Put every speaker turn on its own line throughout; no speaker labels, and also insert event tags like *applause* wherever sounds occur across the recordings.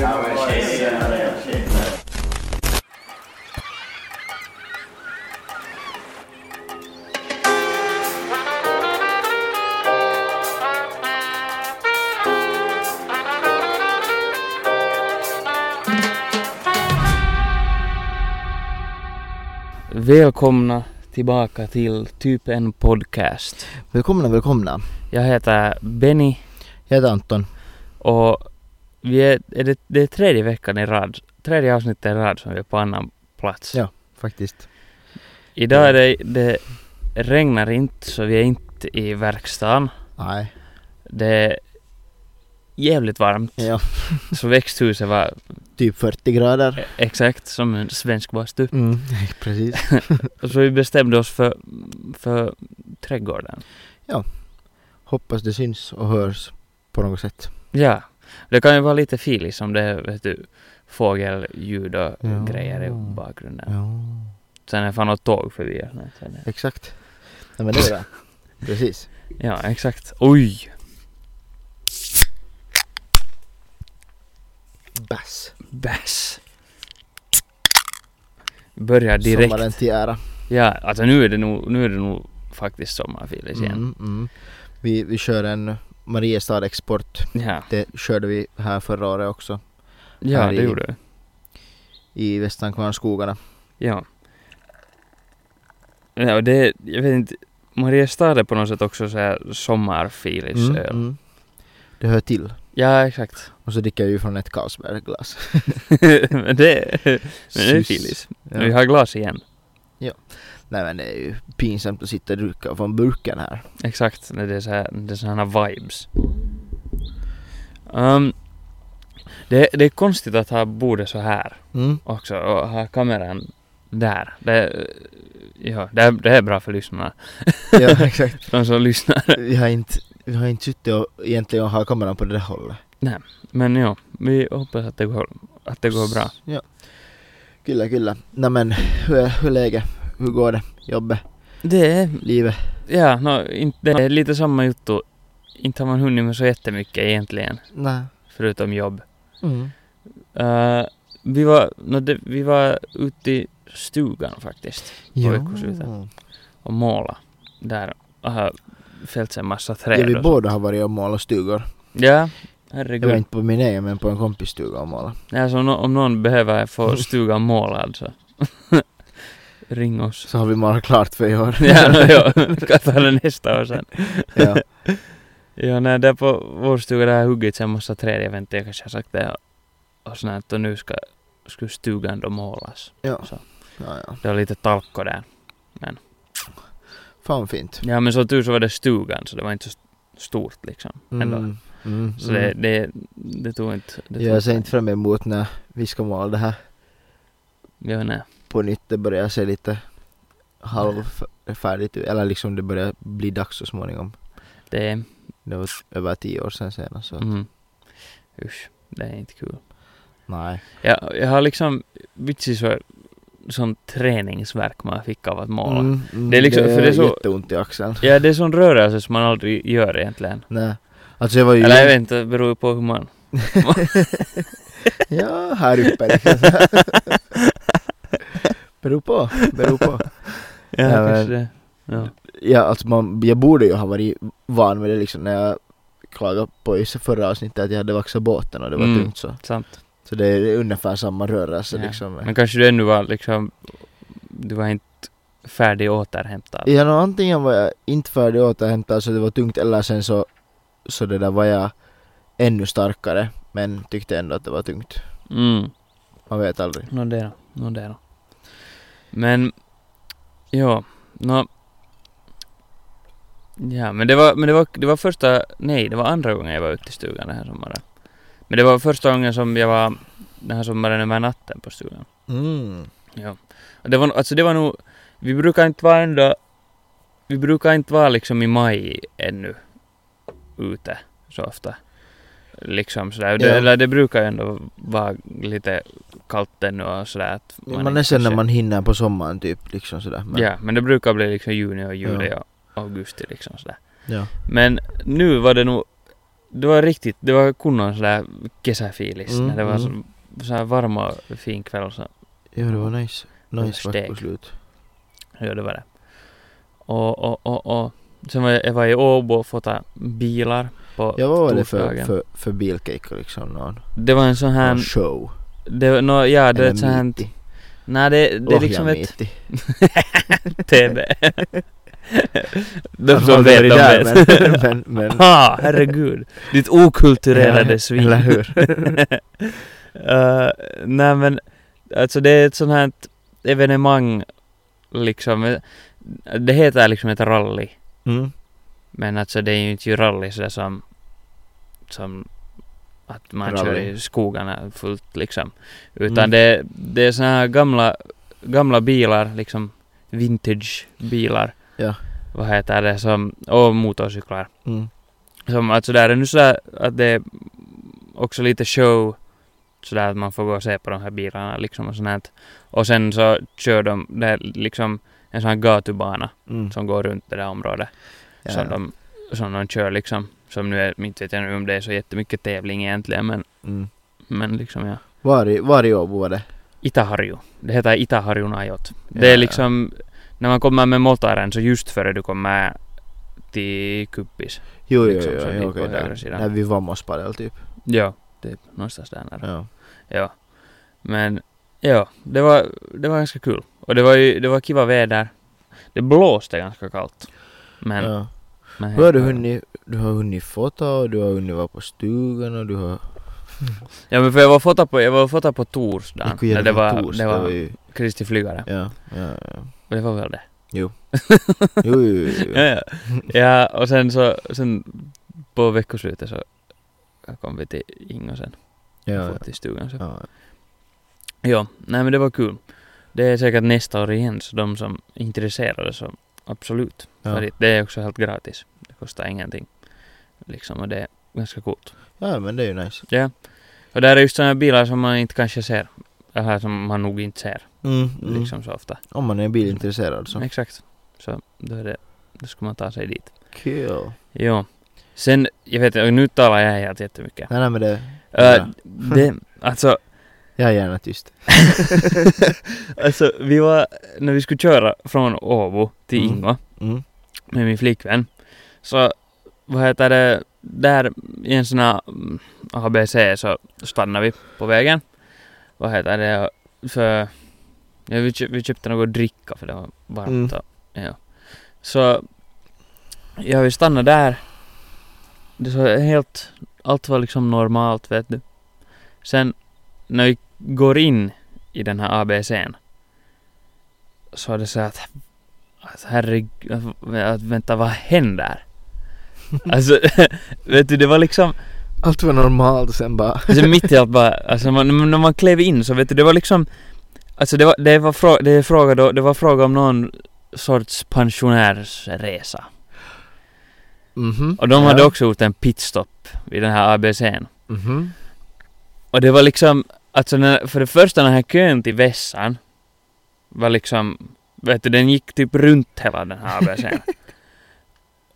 Ja, men tjej, tjej, tjej.
Välkomna tillbaka till typ en podcast.
Välkomna, välkomna.
Jag heter Benny
Jag heter Anton.
och vi är, är det, det är tredje veckan i rad, tredje avsnittet i rad som vi är på annan plats.
Ja. Faktiskt.
Idag är det, det regnar inte så vi är inte i verkstaden.
Nej.
Det är jävligt varmt.
Ja.
Så växthuset var
Typ 40 grader.
exakt som en svensk bastu. *laughs*
Mm. Precis.
Så vi bestämde oss för, för trädgården.
Hoppas det syns och hörs på något sätt.
Ja, det kan ju vara lite filis om det är vet du, fågelljud och
Ja.
grejer i bakgrunden.
Ja.
Sen är fan något tåg förbi. och sånt där.
Exakt. Nej men det är bra. Precis.
Ja, exakt. Oj!
Bass.
Bäs! Börjar direkt.
Sommaren till ära.
Ja, alltså nu är det nog, nu är det nog faktiskt sommarfilis igen.
Mm, mm. Vi, vi kör en Mariestad Export.
Ja,
Det körde vi här förra året också.
ja
Här
det
i-
gjorde det.
I Västankvarnsskogarna.
Ja. Ja, och det, jag vet inte. Mariestad är på något sätt också så här sommarfilis
Mm,
öl.
mm. Det hör till.
Ja, exakt. *laughs*
Och så dricker jag ju från ett Carlsbergglas.
men det, men det är
Sys.
filis.
Ja.
Vi har glas igen.
Nej men det är ju pinsamt att sitta och dricka från burken här.
Exakt, när det är så här, det är såna här vibes. Ehm, det, det är konstigt att ha bordet så här
Mm.
också och ha kameran där. Det, ja, det, är- det är bra för lyssnarna.
*laughs* Ja exakt.
De som lyssnar.
Vi har inte, vi har inte suttit och egentligen och har kameran på det där hållet.
Men ja, vi hoppas att det går, att det går bra.
Ja. Kyllä, kyllä. Nej men hur är, hur är läget? Hur går det? Jobbet?
Det är,
Livet?
ja, no, inte, det är lite samma juttu. Inte har man hunnit med så jättemycket egentligen,
Nej.
förutom jobb.
Mm.
Eh, vi, var, nå, det, vi var ute i stugan faktiskt
Ja.
veckoslutet. och måla där och har fällt en massa träd.
Ja, vi
och så.
båda har varit och målat stugor.
ja
Jag var
herregud.
inte på min egen men på en kompis stuga och målat.
Ja, så om nå- om någon behöver
*laughs*
få stugan målad så *laughs* ring
*laughs*
oss.
Så har vi målat klart för i år.
*laughs* Ja, no, ja. kan ta det nästa år sen.
*laughs* ja.
Ja, nej, där på vår stuga där har huggits en massa träd, jag vet inte, jag kanske har sagt det och sånt här, och nu ska, ska stugan då målas.
Ja.
Så.
ja, ja.
Det var lite talko där.
Fan fint.
Ja, men som tur så var det stugan, så det var inte så st- stort liksom. Ändå.
Mm. Mm.
Så
mm.
det, det, det tog inte... Det tog
Jag ser inte fram emot när vi ska måla det här
Ja, nej.
på nytt. Det börjar se lite halvfärdigt ut. Eller liksom det börjar bli dags så småningom.
Det är...
Det var över tio år sedan senast. Så.
Mm. Usch, det är inte kul.
Nej.
Jag, jag har liksom vitsi så, sån träningsverk man fick av att måla.
Mm, mm,
Det är liksom- för det är så-
jätteont i axeln.
Ja, det är sån rörelse som man aldrig gör egentligen.
Nej. Alltså jag var ju...
Eller jag vet inte, det beror ju på hur man...
Ja, här
*laughs*
uppe liksom. beror på, beror på.
Ja,
Ja, men-
kanske det. Ja.
Ja, alltså man, jag borde ju ha varit van med det liksom när jag klagade på i förra avsnittet att jag hade vaxat båten och det var
Mm.
tungt så.
Sant.
Så det är ungefär samma rörelse
Ja.
liksom.
Men kanske du ännu var liksom... Du var inte färdig och återhämtad.
Ja, no, antingen var jag inte färdig återhämtad så det var tungt eller sen så, så det där var jag ännu starkare men tyckte ändå att det var tungt.
Mm.
Man vet aldrig.
Nå det då. Nå det då. Men... Ja. Nå... Ja, men det var, men det var, det var första... Nej, det var andra gången jag var ute i stugan den här sommaren. Men det var första gången som jag var den här sommaren över natten på stugan.
Mm.
Ja. Och det var, alltså det var nog... Vi brukar inte vara ändå... Vi brukar inte vara liksom i maj ännu ute så ofta. Liksom sådär. Det,
Ja.
eller det brukar ju ändå vara lite kallt ännu och sådär. Att
Man,
inte
är sen när
kanske-
man hinner på sommaren typ liksom sådär. Men,
Ja, men det brukar bli liksom juni och juli
Ja.
och augusti liksom sådär.
ja.
Men nu var det nog det var riktigt, det var kunnon sådär kesäfiilis
Mm,
när det var
mm.
så, så här varma och fin kväll och så
Jo, det var nice. Nice
Steg.
vack på slut.
ja, det var det. Och, och, och, och. Sen var jag, jag var i Åbo och fotade bilar på
Ja, vad var det för,
torsdagen.
för, för bilcake och liksom? Någon,
Det var en sån här,
någon show?
det, no, ja det är ett sånt här,
miitti?
nej det, det är liksom ett
Lohjamiitti. *laughs*
TV. De
Kanske
som
aldrig
vet, de
där,
vet.
*laughs* Men, men, men
*laughs* Ah, herregud. Ditt okulturerade svin.
Eller hur?
*laughs* Eh, nej men, alltså det är ett sånt här ett evenemang, liksom. eh, Det heter liksom ett rally.
Mm.
Men alltså det är ju inte ju rally sådär som, som att man
Rally.
kör i skogarna fullt liksom. Utan
Mm.
det, det är såna här gamla, gamla bilar, liksom vintage bilar.
Ja.
Vad heter det som, och motorcyklar.
Mm.
Som att sådär, det är nu sådär att det är också lite show sådär att man får gå och se på de här bilarna liksom och sånt här. Och sen så kör de, det är liksom en sån här gatubana
Mm.
som går runt det där området
Ja,
som,
ja.
de, som de kör liksom. Som nu är, inte vet jag nu om det är så jättemycket tävling egentligen men,
Mm.
men liksom ja.
Var, i, var i Åbo var det?
Itaharju. Det heter Itaharjun ajot.
Ja,
Det
ja.
är liksom, när man kommer med motaren så just före du kommer till Kuppis.
Jo, jo,
Liksom,
jo,
så
jo,
dit
okej,
på
där.
högra sidan.
Där vid Vamospadel typ.
Ja, typ någonstans där nära.
Ja.
Ja. Men ja, det var, det var ganska kul. Och det var ju det var kiva väder. Det blåste ganska kallt. Men,
Ja.
men
Hur har du
helt-
hunnit, du har hunnit fota och du har hunnit vara på stugan och du har...
Ja men för jag var fota på, jag var fota på torsdagen.
Vilken
när det
jävla
var,
tors,
det var,
ju...
Kristi flygare.
Ja, ja, ja.
Och det var väl det.
Jo, jo, jo, jo.
*laughs* Ja, ja. ja och sen så, sen på veckoslutet så kom vi till Ingo sen.
ja,
Och till stugan så.
ja.
Ja, nej men det var kul. Det är säkert nästa år igen så de som är intresserade så absolut. För
ja.
det- det är också helt gratis. Det kostar ingenting. Liksom, och det är ganska coolt.
ja, men det är ju nice.
Och där är just sådana bilar som man inte kanske ser. Eller som man nog inte ser
Mm, mm.
liksom så ofta.
Om man är bilintresserad så.
Exakt. Så då, är det, då ska man ta sig dit.
Cool.
Jo. Sen, jag vet inte, nu talar jag helt jättemycket.
Nej, nej men det...
Äh,
bra.
det, alltså, *laughs*
Jag är gärna tyst.
alltså, vi var, när vi skulle köra från Åbo till
Mm.
Ingå
Mm.
med min flickvän. Så, vad heter det, där i en sån här mm, ABC så stannade vi på vägen. Vad heter det, för ja, vi, köp, vi köpte något att dricka för det var varmt.
Mm.
Och, ja. Så, ja vi stannade där. Det var helt, allt var liksom normalt vet du. Sen när vi går in i den här ABCn så är det så att, att herregud, att vänta vad händer? alltså, *laughs* vet du det var liksom,
Allt var normalt och sen bara...
alltså mitt i allt bara, alltså man, när man klev in så vet du det var liksom, alltså det var, det var, frå, det är fråga, då, det var fråga om någon sorts pensionärsresa.
Mhm.
Och de
ja.
hade också gjort en pitstop vid den här ABCn.
Mhm.
Och det var liksom, alltså när, för det första den här kön till vässan var liksom, vet du, den gick typ runt hela den här
*laughs*
ABCn.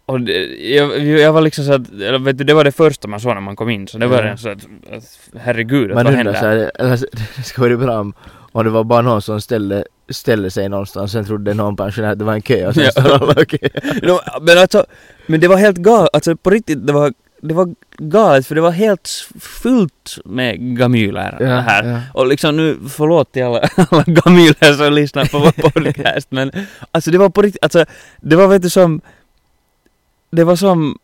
Och det, jag, jag var liksom så att, eller vet du, det var det första man såg när man kom in, så det var
Ja.
redan så att, att herregud,
Man
vad
undrar
hände?
såhär, eller så- alltså, *laughs* det ska vara bra om, om det var bara någon som ställde, ställde sig någonstans, sen trodde någon pensionär att det var en kö och
*laughs*
sen
Ja.
stod alla och kö.
No, men alltså, men det var helt galet, alltså på riktigt, det var, det var galet för det var helt fullt med gamyler här.
Ja,
Och liksom nu, förlåt till alla, *laughs* alla gamyler som lyssnar på vår podcast men alltså det var på riktigt, alltså det var vet du som det var som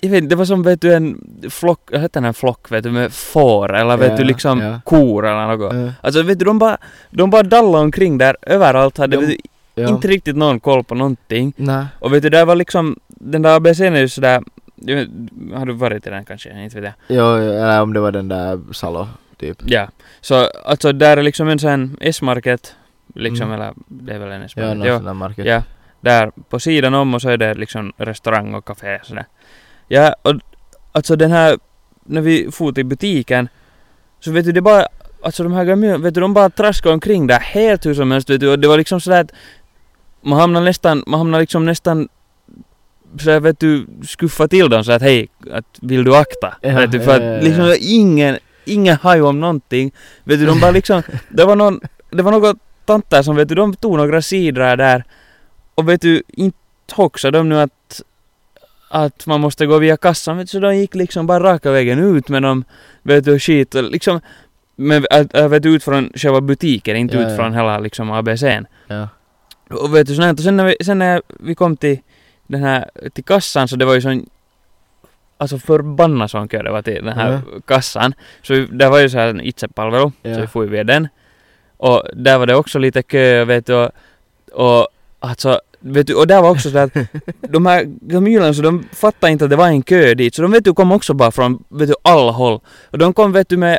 jag vet inte, det var som vet du en flock, vad hette den här flock vet du med får eller vet
Ja,
du liksom
ja.
kor eller något.
ja.
Alltså vet du de bara, de bara dallade omkring där överallt hade
De-
vet du,
ja.
inte riktigt någon koll på någonting.
Nej.
Och vet du där var liksom, den där ABCn är ju sådär, jag vet- har du varit i den kanske? Inte vet jag.
Ja, eller om det var den där Salo, typ.
Ja, så alltså där är liksom en sån S-market, liksom,
Mm. no,
eller det är väl en
Ja,
S-market,
någon
ja,
sån där market.
ja, där på sidan om och så är det liksom restaurang och café sådär. Ja, och alltså den här, när vi for till butiken, så vet du det bara, alltså de här gamla, vet du de bara traskade omkring där helt hur som helst vet du, och det var liksom sådär att man hamnar nästan, man hamnar liksom nästan så här, vet du, skuffa till dem så att hej, att vill du akta?
Ja,
vet du,
ja,
för att
ja, ja.
liksom ingen, ingen haj om någonting. Vet du, de bara liksom, det var någon, det var några tanter som vet du, de tog några sidor där och vet du, inte hoxade de nu att att man måste gå via kassan, vet du, så de gick liksom bara raka vägen ut med dem, vet du, skit och liksom men äh, äh, vet du, ut från själva butiken, inte
Ja,
ut
ja.
från hela liksom ABCn.
Ja.
Och vet du, sånt här. Och sen när vi, sen när vi kom till den här, till kassan så det var ju sån Alltså förbannat sån kö det var till den här
Ja.
kassan. Så vi, där var ju så här en itsepalvelu,
Ja.
så vi får ju via den. Och där var det också lite kö, vet du, och, och alltså, vet du, och där var också *laughs* så att de här gamylen så de fattade inte att det var en kö dit, så de vet du kom också bara från, vet du, alla håll. Och de kom vet du med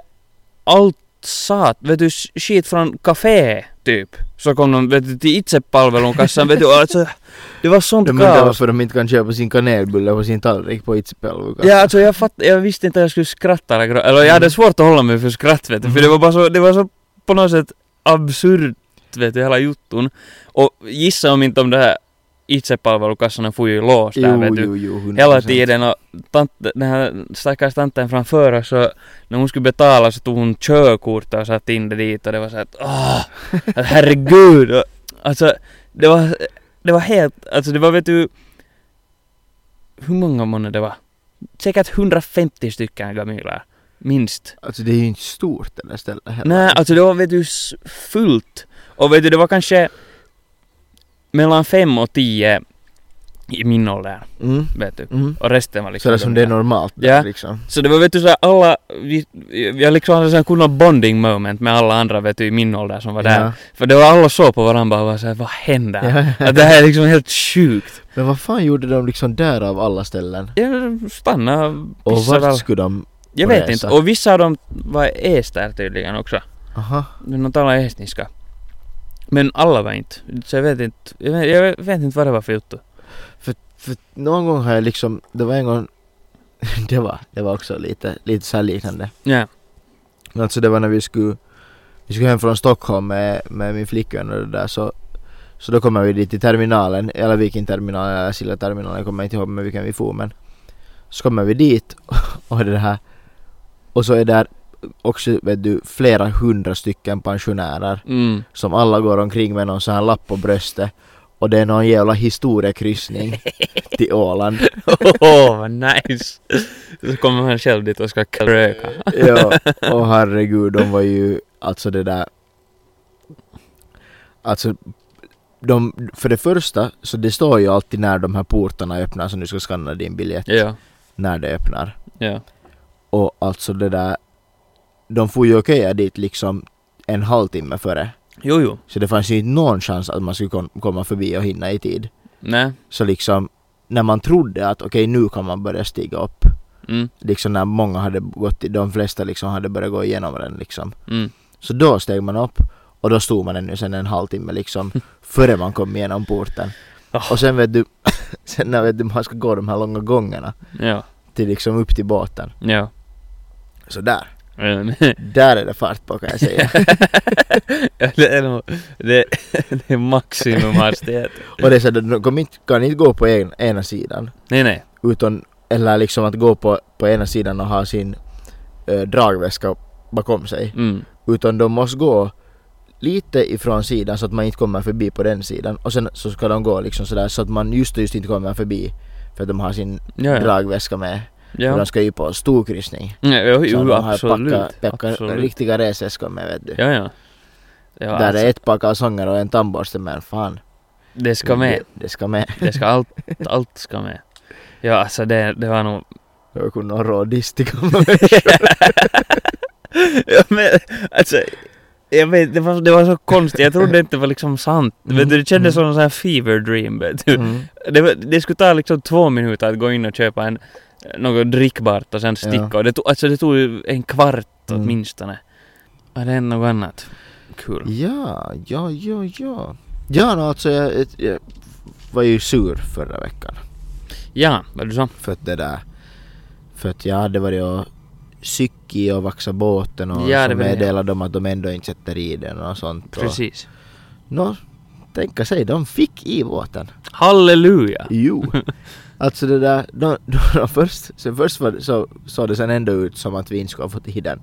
allt sat, vet du, sh- skit från café typ. Så kom de vet du till itsepalvelun kassan, vet du, alltså det var sånt
De undrar
kaos.
varför de inte kan köpa sin kanelbulle på sin tallrik på Itsepeluga.
Ja, alltså jag fatt, jag visste inte att jag skulle skratta eller grå- Eller jag hade
Mm.
svårt att hålla mig för skratt vet du, för det var bara så, det var så på något sätt absurt vet du, hela jutton. Och gissa om inte om det här itsepalvelukassan får ju lås där vet
jo,
du.
jo, jo, 100%.
Hela tiden och tant, den här stackars tanten framför oss så när hon skulle betala så tog hon körkortet och satte in det dit och det var så att åh, att herregud. Och, alltså det var, det var helt, alltså det var vet du, hur många månader det var? Säkert 150 stycken gamilar, minst.
Alltså det är ju inte stort det där stället heller.
Nej, alltså det var vet du s- fullt. Och vet du, det var kanske mellan fem och tio i min ålder,
Mm.
vet du.
Mm.
Och resten var liksom
Sådär som det är
gamilar.
normalt där,
Ja.
liksom.
Så det var vet du såhär alla, vi, jag liksom hade sån kunna bonding moment med alla andra vet du i min ålder som var där.
Ja.
För det var alla så på varandra och var såhär, vad händer?
Ja.
Att det här är liksom helt sjukt.
Men vad fan gjorde de liksom där av alla ställen?
Jag stannade
Och
pissade
vart
alla.
skulle de?
Jag vet
resa?
inte. Och vissa av dem var ester tydligen också.
Aha.
Men De talade estniska. Men alla var inte. Så jag vet inte, jag vet, jag vet inte vad det var för juttu.
För någon gång har jag liksom, det var en gång, *laughs* det var, det var också lite, lite så här liknande.
Ja.
Men Alltså det var när vi skulle, vi skulle hem från Stockholm med, med min flickvän och det där så så då kommer vi dit till terminalen, eller vilken terminal, eller Silla-terminalen, jag kommer inte ihåg med vilken vi for men Så kommer vi dit *laughs* och det här Och så är där också vet du flera hundra stycken pensionärer
Mm.
som alla går omkring med någon sån här lapp på bröstet och det är någon jävla historiekryssning till Åland.
*laughs* Åh, vad nice! Så kommer han själv dit och ska kröka.
Ja, och herregud, de var ju alltså det där. Alltså, de, för det första så det står ju alltid när de här portarna öppnar så du ska skanna din biljett
Ja,
när det öppnar.
ja.
Och alltså det där, de får ju köa dit liksom en halvtimme före.
Jo, jo.
Så det fanns ju inte någon chans att man skulle kon- komma förbi och hinna i tid.
Nej.
Så liksom, när man trodde att okej nu kan man börja stiga upp.
Mm.
Liksom när många hade gått, de flesta liksom hade börjat gå igenom den liksom.
Mm.
Så då steg man upp och då stod man ännu sen en halvtimme liksom före man kom igenom porten.
Oh.
Och sen vet du, *laughs* sen när vet du, man ska gå de här långa gångerna
Ja,
till liksom upp till båten.
ja.
Så där,
Mm. *laughs*
där är det fart på kan jag säga.
Ja, det, är nog, det, det är maximumhastighet.
och det är så att de kom inte, kan inte gå på en, ena sidan.
Nej, nej.
Utan, eller liksom att gå på, på ena sidan och ha sin eh, dragväska bakom sig.
Mm.
Utan de måste gå lite ifrån sidan så att man inte kommer förbi på den sidan. Och sen så ska de gå liksom sådär så att man just och just inte kommer förbi. För att de har sin
Ja, ja.
dragväska med. För
Ja,
de ska ju på storkryssning.
ja jo,
Så
jo,
de har
absolut.
packat- packat
absolut.
riktiga resväskor med vet du.
Ja, ja. ja
Där
alltså,
är ett par kalsonger och en tandborste men fan.
det ska med.
Det, det
*laughs*
ska med.
Det ska allt, allt ska med. Ja, alltså det, det var nog...
Jag kunde ha rådistig med.
*laughs* ja, men, alltså, jag vet, det var, det var så konstigt. Jag trodde inte det var liksom sant.
Mm,
Vet du, det kändes
mm.
som en sån här fever dream, vet du.
Mm.
Det, var- det skulle ta liksom två minuter att gå in och köpa en, något drickbart och sen sticka.
Ja.
Och det, tog, alltså det tog ju en kvart
Mm.
åtminstone. Var det än något annat? Kul.
Ja, ja, ja, ja. Ja, no, alltså jag, jag var ju sur förra veckan.
Ja, vad du sa?
För att det där... För att jag hade varit och cyki och vaxat båten och
Ja, det
så
var det, ja.
meddelade de att de ändå inte sätter i den och sånt. och-
Precis.
Nå, tänka sig, de fick i båten.
*laughs* Halleluja!
Jo. Alltså det där, de, de, de först, sen först var, det- så såg det sen ändå ut som att vi inte skulle ha fått i den.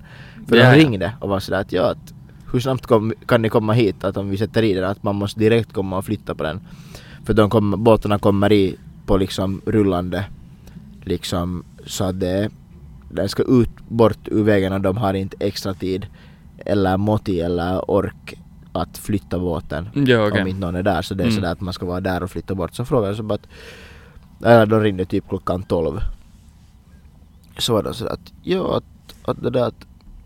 För
Ja, ja.
de ringde och var sådär att ja, att, hur snabbt kom, kan ni komma hit? Att om vi sätter i den, att man måste direkt komma och flytta på den. För de kom, båtarna kommer i på liksom rullande, liksom så att det, den ska ut, bort ur vägen och de har inte extra tid eller moti eller ork att flytta båten
Ja, okej.
om inte någon är där. Så det är
Mm.
sådär att man ska vara där och flytta bort. Så frågade jag så bara att... Eller de ringde typ klockan 12. Så var det sådär att ja, att, att det där att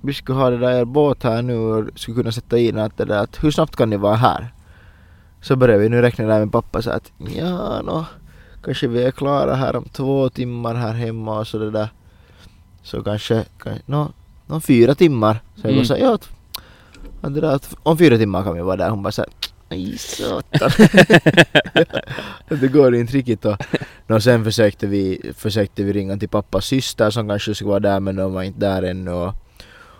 vi skulle ha det där er båt här nu och skulle kunna sätta in att det där att hur snabbt kan ni vara här? Så började vi nu räkna där med pappa så att ja nå, kanske vi är klara här om två timmar här hemma och så det där. Så kanske, kanske nå, nå fyra timmar. Så jag
Mm.
bara så här, ja, att, att det där, att om fyra timmar kan vi vara där. Hon bara så här, nej satan. det går inte riktigt och, nå, sen försökte vi, försökte vi ringa till pappas syster som kanske skulle vara där men de var inte där ännu och,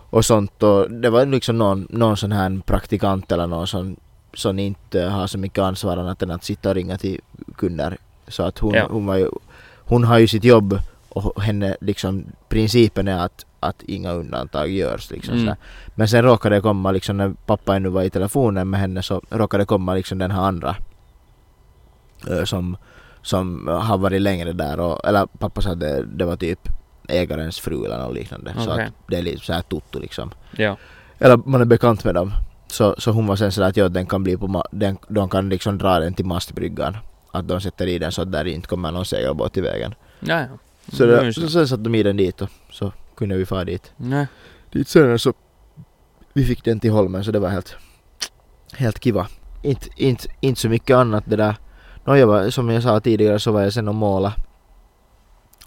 och sånt och det var liksom någon, någon sån här praktikant eller någon som, som inte har så mycket ansvar annat än att sitta och ringa till kunder så att hon,
Ja.
hon var ju, hon har ju sitt jobb och henne liksom principen är att, att inga undantag görs liksom
Mm.
sådär. Men sen råkade det komma liksom när pappa ännu var i telefonen med henne så råkade det komma liksom den här andra eh, som, som har varit längre där och, eller pappa sa att det, det var typ ägarens fru eller något liknande så
Okej.
att det är lite så här tutto liksom.
Ja.
Eller man är bekant med dem. Så, så hon var sen sådär att ja, den kan bli på ma- den, de kan liksom dra den till mastbryggan. Att de sätter i den så att där inte kommer någon segelbåt i vägen.
Ja, ja.
Så,
Mm,
det,
just det.
så sen satte de i den dit och så kunde vi fara dit.
Nej.
Dit senare så vi fick den till Holmen så det var helt, helt kiva. Inte, inte, inte så mycket annat det där. No, jag var, som jag sa tidigare så var jag sen och måla.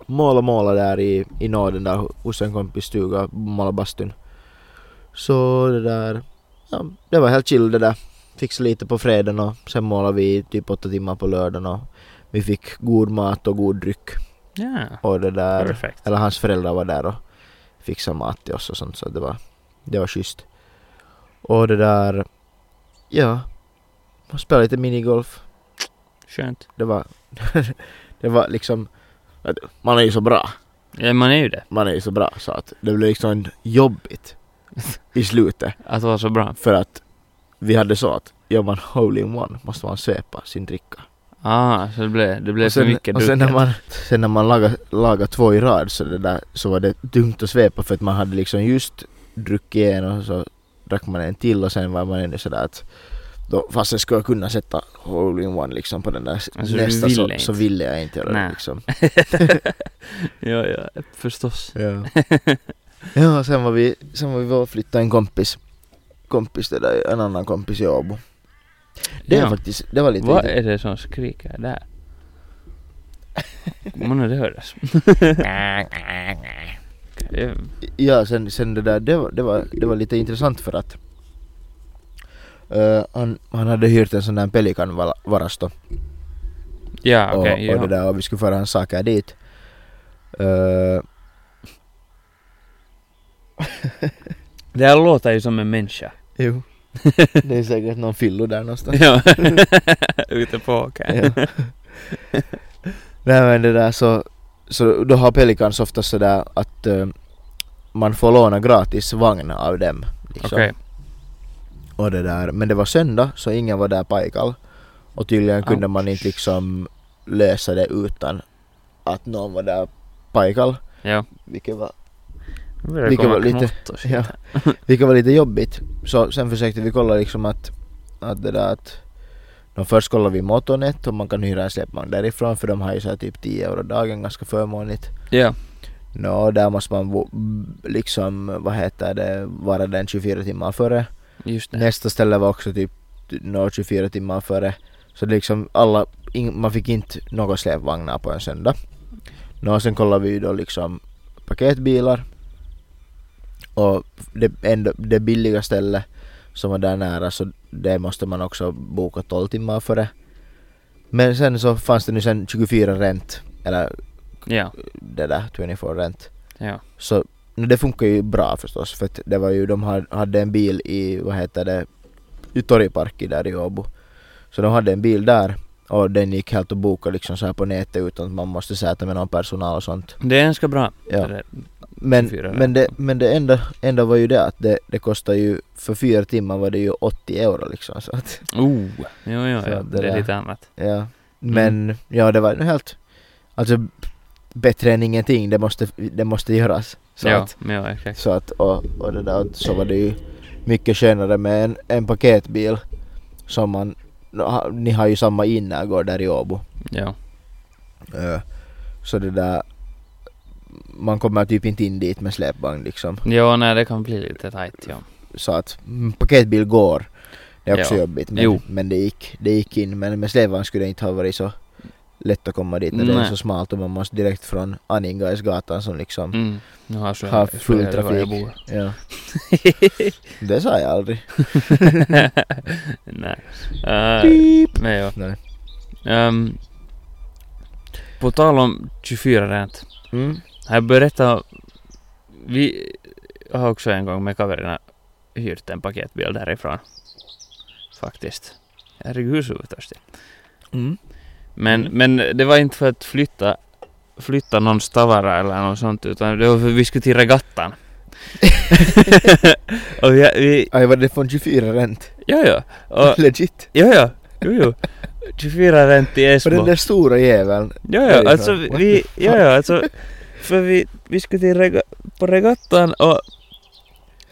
Måla måla där i, i Norden där hos en kompis stuga, måla bastun. Så det där, ja, det var helt chill det där. Fixade lite på fredagen och sen målade vi i typ åtta timmar på lördagen och vi fick god mat och god dryck
Ja.
och det där
Perfekt.
eller hans föräldrar var där och fixade mat till oss och sånt så det var, det var schysst. Och det där, ja, man spelade lite minigolf.
Skönt.
Det var, *laughs* det var liksom, att man är ju så bra,
Ja, man är ju det.
man är ju så bra så att det blev liksom jobbigt i slutet
Att vara så bra.
för att vi hade så att gör man hole-in-one måste man svepa sin dricka.
Ah, så det blev, det blev
och sen,
för mycket
och sen när
drucket.
man, sen när man lagade, lagade två i rad så, det där, så var det tungt att svepa för att man hade liksom just druckit en och så drack man en till och sen var man ännu sådär att då, fast jag skulle kunna sätta hole-in-one liksom på den där s-
Alltså, du
nästa
ville
så,
inte.
så ville jag inte göra det
Nej. *laughs*
liksom.
Ja, ja, förstås.
Ja. *laughs* ja, och sen var vi, sen var vi var och flyttade en kompis, kompis det där, en annan kompis i Åbo. Det, är
Ja.
faktiskt, det var lite,
Vad är det som skriker
*laughs*
där? Man det hördes. *laughs* Ja,
Ja, sen, sen det där, det var, det, var, det var lite intressant för att eh, han, han hade hyrt en sån där pelikanvarasto
Ja,
och,
Ah, okej.
och det
ja.
där och vi skulle föra hans saker dit. Eh,
Det här låter ju som en människa.
jo. *laughs* det är säkert någon fillo där någonstans.
Ja. *laughs* Ute på åkern.
*laughs* Ja. Nej men det där så, så då har Pelicans oftast sådär att eh, man får låna gratis vagn av dem. Liksom.
Okej.
och det där. Men det var söndag så ingen var där paikal. Och tydligen kunde
Ouch.
man inte liksom lösa det utan att någon var där paikal.
Ja.
Vilket var,
Nu börjar det
Vilket
komma
var lite-
knott och shit.
ja, vilket var lite jobbigt. Så sen försökte vi kolla liksom att, att det där att no, först kollade vi Motonet om man kan hyra en släpvagn därifrån för de har ju så här typ 10 euro dagen ganska förmånligt.
Ja.
Nå, där måste man vo- liksom, vad heter det, vara den 24 timmar före.
Just det.
Nästa ställe var också typ några 24 timmar före. Så det liksom alla, ing, man fick inte några släpvagnar på en söndag. Nå, sen kollade vi ju då liksom paketbilar. Och det, ändå, det billiga stället som var där nära så det måste man också boka 12 timmar före. Men sen så fanns det nu sen 24 rent. Eller
Ja.
det där 24 rent.
Ja.
Så no, det funkar ju bra förstås för att det var ju, de ha- hade en bil i, vad heter det, i Torgparken där i Åbo. Så de hade en bil där Och den gick helt att boka liksom så här på nätet utan att man måste sätta med någon personal och sånt.
Det är ganska bra.
Ja.
Det där.
Men,
Fyra eller
men, det,
något.
men det enda, enda var ju det att det, det kostar ju, för fyra timmar var det ju 80 euro liksom så att,
Oh, jo, jo,
Så
ja.
det
det är
där.
lite annat.
ja.
Mm.
Men ja det var nog helt, alltså b- bättre än ingenting, det måste, det måste göras. Så
ja,
att,
men ja, exakt.
så att och, och det där, så var det ju mycket skönare med en, en paketbil som man, nå, ha- ni har ju samma innergård där i Åbo.
Ja.
Eh, Så det där, man kommer typ inte in dit med släpvagn liksom.
Jo, nej, det kan bli lite tight, ja.
så att mm, paketbil går. Det är också
Ja.
jobbigt men,
Jo.
men det, gick, det gick in. Men med släpvagn skulle det inte ha varit så lätt att komma dit när det är
Nej.
så smalt och man måste direkt från Aningaisgatan som liksom
Mm. Nu har jag
har full
jag- jag- jag
trafik.
bor.
Ja. det sa jag aldrig.
*laughs* nej. Eh, men ja.
Nej.
Ehm, på tal om 24 rent.
Mm.
Jag berättar. Vi har också en gång med kaverna hyrt en paketbil därifrån. Faktiskt. Herregud, hur sovtörstig.
Mm.
Men, men det var inte för att flytta, flytta någon stavara eller något sånt utan det var för att vi skulle till *laughs* regattan. och vi, vi,
Aj, var det från 24 rent?
ja ja. Och,
*laughs* Legit.
ja ja. Jo jo. 24 rent i
För den
Esbo.
där stora jäveln.
Ja
därifrån.
ja alltså vi-
What
vi,
the
ja
fuck?
ja alltså. För vi, vi skulle till rega, på regattan och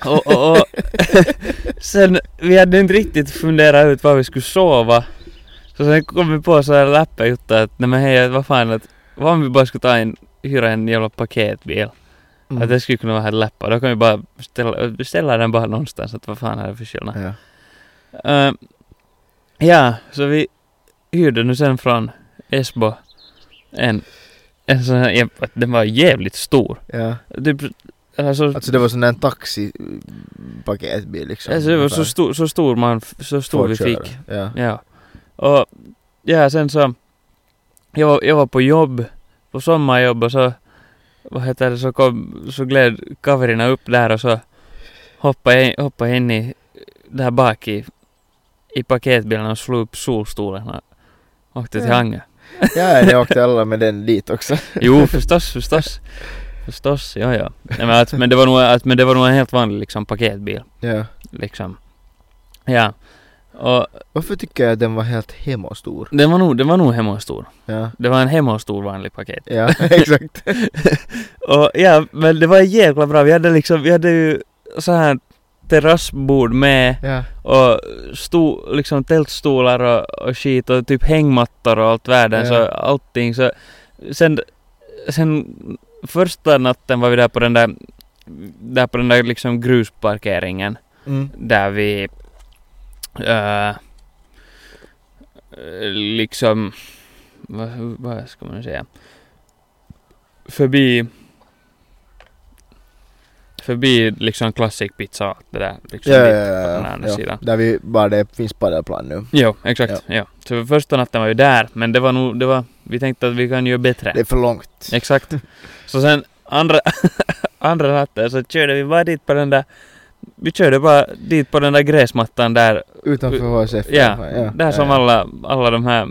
och, och,
*laughs*
och sen vi hade inte riktigt funderat ut var vi skulle sova. Så sen kom vi på så här läppajutta att nej men hej vad fan att vad om vi bara skulle ta en hyra en jävla paketbil.
Mm.
Att det skulle kunna vara här läppa. Då kan vi bara ställa, ställa den bara någonstans att vad fan är det för skillnad.
Ja.
Eh, ja, så vi hyrde nu sen från Esbo en, en sån här, den var jävligt stor.
ja.
Typ, alltså,
Alltså det var sån där taxipaketbil liksom.
alltså det var så stor, så stor man, f- så stor vi fick.
Tvåkörare. Ja.
Ja. Och ja, sen så, jag var, jag var på jobb, på sommarjobb och så, vad heter det, så kom, så gled kaverina upp där och så hoppade jag, hoppade jag in i, där bak i, i paketbilen och slog upp solstolen och åkte till
Ja.
Hangö.
ja, ni åkte alla med den dit också.
Jo, förstås, förstås. Förstås, ja, ja. Nej, men, att, men, det var nog, att, men det var nog en helt vanlig liksom paketbil,
Ja.
liksom. Ja. Och
Varför tycker jag att den var helt hemostor?
den var nog, den var nog hemma stor.
Ja.
Det var en hemmastor vanlig paket.
Ja, *laughs* exakt.
Och ja, men det var jävla bra. Vi hade liksom, vi hade ju så här terrassbord med
Ja.
och sto, liksom tältstolar och, och skit och typ hängmattor och allt världen så
Ja.
allting så sen, sen första natten var vi där på den där där på den där liksom grusparkeringen
Mm.
där vi eh, liksom vad, vad ska man säga förbi förbi liksom Classic Pizza och allt det där liksom
Ja, ja,
dit
ja,
på den
ja,
andra
ja.
sidan.
Där vi bara det finns padelplan nu.
Jo, exakt. Ja. Så första natten var ju där, men det var nog, det var, vi tänkte att vi kan göra bättre.
Det är för långt.
Exakt. Så sen andra, *laughs* andra natten så körde vi bara dit på den där, vi körde bara dit på den där gräsmattan där,
Utanför HSF.
ja, där som
ja.
alla, alla de här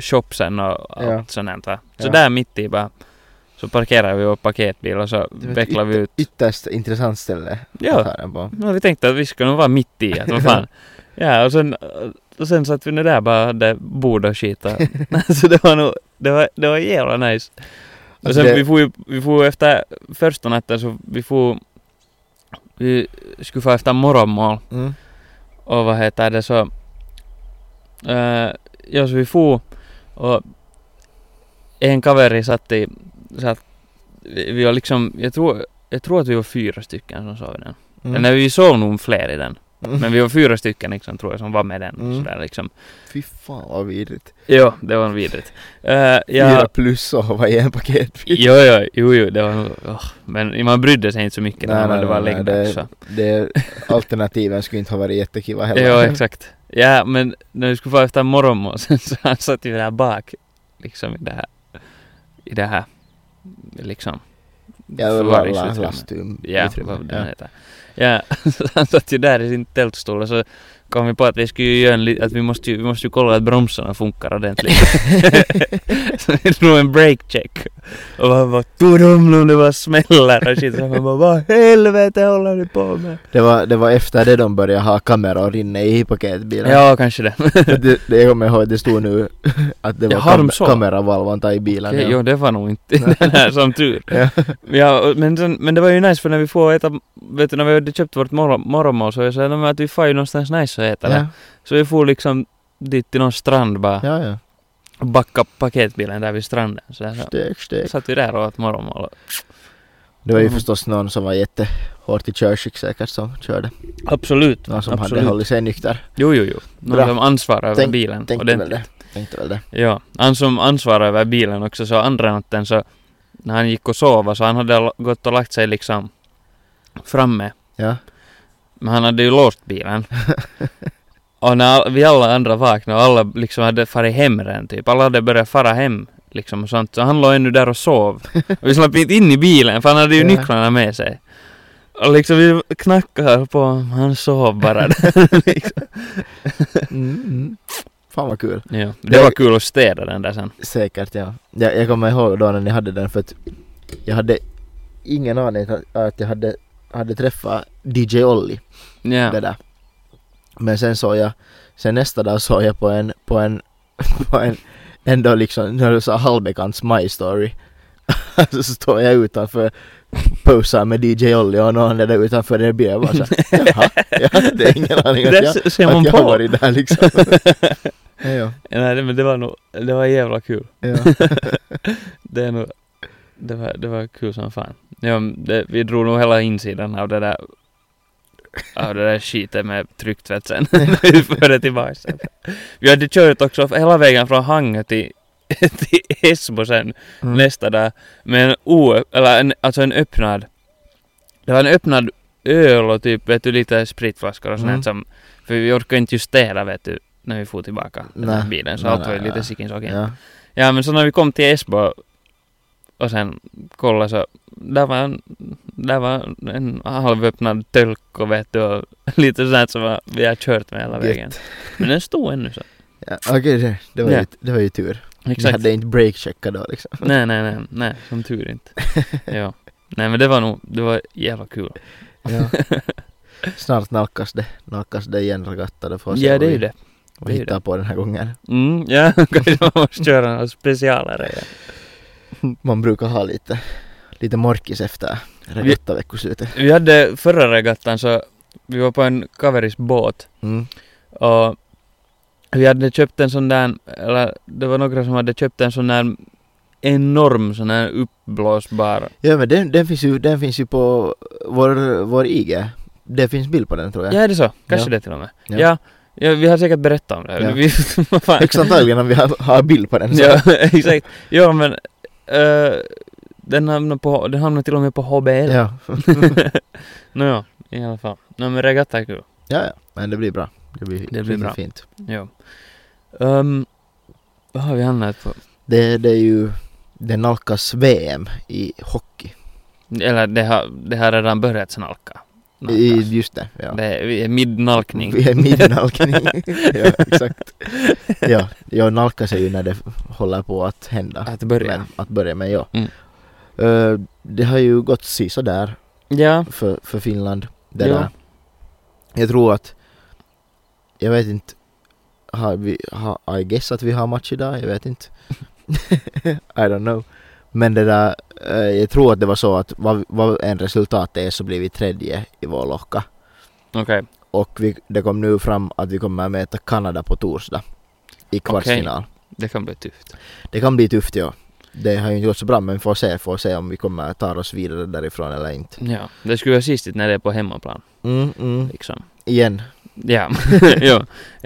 shopsen och allt
Ja.
sånt där. va. Så
Ja.
där mitt i bara, så parkerade vi vår paketbil och så
Det var ett
vecklade vi ut.
Ytterst intressant ställe
Ja.
att ha den på.
No, vi tänkte att vi ska nog vara mitt i, att vad
*laughs*
fan. Ja, och sen, och sen satt vi nu där bara hade bord och skit.
*laughs*
och- *laughs* så det var nog, det var, det var jävla nice. Och
Alltså
sen
det-
vi får ju, vi får efter första natten så vi får, vi skulle få efter morgonmål
Mm.
och vad heter det så, eh, ja så vi får och en kaveri satt i, satt, vi, vi var liksom, jag tror, jag tror att vi var fyra stycken som sov i den.
Mm.
Eller vi såg nog fler i
*laughs*
den.
Mm.
Men vi var fyra stycken liksom, tror jag som var med den.
Mm.
Sådär, liksom.
Fy fan vad vidrigt.
Jo, det var vidrigt. Eh,
Fyra
ja,
plus sova i en paketbil.
jo, jo, jo, jo, det var nog... åh, men man brydde sig inte så mycket
Nej,
när man
nej,
det var
nej,
längd
det-
också.
Det, alternativen skulle inte ha varit jättekiva heller.
Jo, exakt. Ja, men när vi skulle få efter morgonmåsen *laughs* så han satt ju där bak. Liksom i det här... I det här... Liksom...
Ja, det var alla
förvaringsutrymmet.
lastum.
Ja, *laughs*
utrymme.
vad den heter. Ja, så han satt ju där i sin tältstol och så kom vi på att vi skulle ju göra en li- att vi måste ju, vi måste ju kolla att bromsarna funkar
*laughs*
ordentligt. så vi drog en breakcheck. Och han bara tudum, det bara smäller och shit. Så man bara vad helvete håller ni på med?
Det var, det var efter det de började ha kameror inne i paketbilen.
Ja, kanske det.
*laughs* det, det jag kommer ihåg, det stod nu att det
Ja,
var
har de
kam-
så?
kameravalvanta i bilen.
Okej,
ja.
Jo, det var nog inte *laughs* den här som tur.
*laughs* Ja.
Ja, och- men, sen, men det var ju nice för när vi får äta, vet du när vi hade köpt vårt mor- morgonmål så jag sa "Nå, men att vi får ju någonstans nice att äta. där."
Ja,
Så vi får liksom dit till någon strand bara.
ja, ja.
och backa paketbilen där vid stranden. Så där, så
Steg, steg.
satt vi där och åt morgonmål.
Det var ju
Mm.
förstås någon som var jättehårt i körskick säkert som körde.
Absolut.
Någon som
Absolut.
hade hållit sig nykter.
Jo, jo, jo. Någon
Bra.
som ansvarar över
Tänk-
bilen.
Tänkte väl
ordentligt.
det. Tänkte väl det.
Ja, han som ansvarar över bilen också så andra natten så när han gick och sov så han hade la- gått och lagt sig liksom framme.
Ja.
Men han hade ju låst *laughs* bilen. och när all- vi alla andra vaknade och alla liksom hade farit hem redan typ. Alla hade börjat fara hem liksom och sånt. Så han låg ännu där och *laughs* sov. Och vi slapp inte in i bilen för han hade ju
Ja.
nycklarna med sig. Och liksom vi knackade på honom, han sov bara. liksom.
Mm, mm. Fan vad kul.
*laughs* ja, det var kul att städa den där sen.
Säkert ja. Jag, jag kommer ihåg då när ni hade den för att jag hade ingen aning att- att jag hade, hade träffat DJ Olli.
Ja.
Det där. Men sen såg jag, sen nästa dag såg jag på en, på en, *laughs* på en ändå liksom, när du sa halvbekants My Story. *laughs* så står jag utanför, posar med DJ Olli och någon är där utanför er bil. Jag bara såhär,
*laughs*
jaha, jag hade ingen aning att
Där
jag,
se- ser man
att jag har
på.
varit där
*laughs*
liksom. ja, ja.
Nej, men det var nog, det var jävla kul.
ja.
Det är nog, det var, det var kul som fan. Ja, men det, vi drog nog hela insidan av det där, av det där skiten med trycktvätt *laughs* sen. vi förde tillbaka sen. Vi hade kört också hela vägen från Hangö till, till Esbo sen
Mm.
nästa dag med en o, eller en, alltså en öppnad, det var en öppnad öl och typ vet du lite spritflaskor och sånt
Mm.
som, för vi orkade inte just städa vet du när vi for tillbaka den här
Nej.
bilen så
Nej,
allt var
nej,
ju lite
nej.
sickinsocken.
Ja.
Ja men så när vi kom till Esbo och sen kollade så där var en, där var en halvöppnad tölk och vet du och *laughs* lite sånt som var- vi har kört med hela
Gött.
vägen. Men den stod ännu
*laughs*
så.
Ja, Okej, det, det, var
Ja.
ju, det var ju tur. Ni
Exakt.
hade inte breakcheckat då liksom.
Nej, nej, nej, nej, som tur
*laughs*
inte. ja. Nej men det var nog, det var jävla kul.
Ja. *laughs* Snart nalkas det, nalkas det igen regatta. Då får vi se
Ja
vad
det är
vi-
ju det.
vad
det är
vi
ju
hittar på den här gången.
Mm, ja, *laughs* kanske man måste köra några
*laughs*
specialare. Ja.
Man brukar ha lite, lite morkis efter regattaveckoslutet.
Vi hade förra regattan så, vi var på en kaveris båt
Mm.
Och vi hade köpt en sån där, eller det var några som hade köpt en sån där enorm sån här uppblåsbar.
Ja men den, den, finns ju, den finns ju på vår, vår IG. Det finns bild på den tror jag.
Ja, är det så? Kanske
Ja.
det till och med. Ja.
Ja.
Ja, vi har säkert berättat om det.
Ja.
Vi, *laughs* vad fan.
Högst antagligen om vi har, har bild på den. Så.
ja, *laughs* exakt. Ja, men eh, den, hamnade på, den hamnade till och med på HBL. *laughs* Ja.
Ja. *laughs*
Nåja, i alla fall. Nå, men regatta är kul.
ja, ja. Men det blir bra. Det blir,
Det blir bra.
fint.
Ja. Ehm, vad har vi hamnat på?
Det, det är ju, det nalkas VM i hockey.
Eller det har, det har redan börjat snalka.
I, just det, ja.
Det är, vi är midnalkning.
*laughs* Vi är midnalkning. ja, exakt. Ja, jag nalkas är ju när det håller på att hända.
*laughs* Att börja.
Men, att börja med, ja.
Mm.
Eh, det har ju gått sisådär
Ja.
för, för Finland. Det
Ja.
där. Jag tror att, jag vet inte, har vi, har, I guess att vi har match idag, jag vet inte. *laughs* I don't know. Men det där, eh, jag tror att det var så att vad, vad en resultat är så blir vi tredje i vår locka.
Okej.
Och vi, det kom nu fram att vi kommer att möta Kanada på torsdag i kvartsfinal.
Det kan bli tufft.
Det kan bli tufft ja. Det har ju inte gått så bra men vi får se, får se om vi kommer att ta oss vidare därifrån eller inte.
Ja. Det skulle vara sistigt när det är på hemmaplan.
Mm, mm.
Liksom.
Igen.
*laughs* Ja. jo.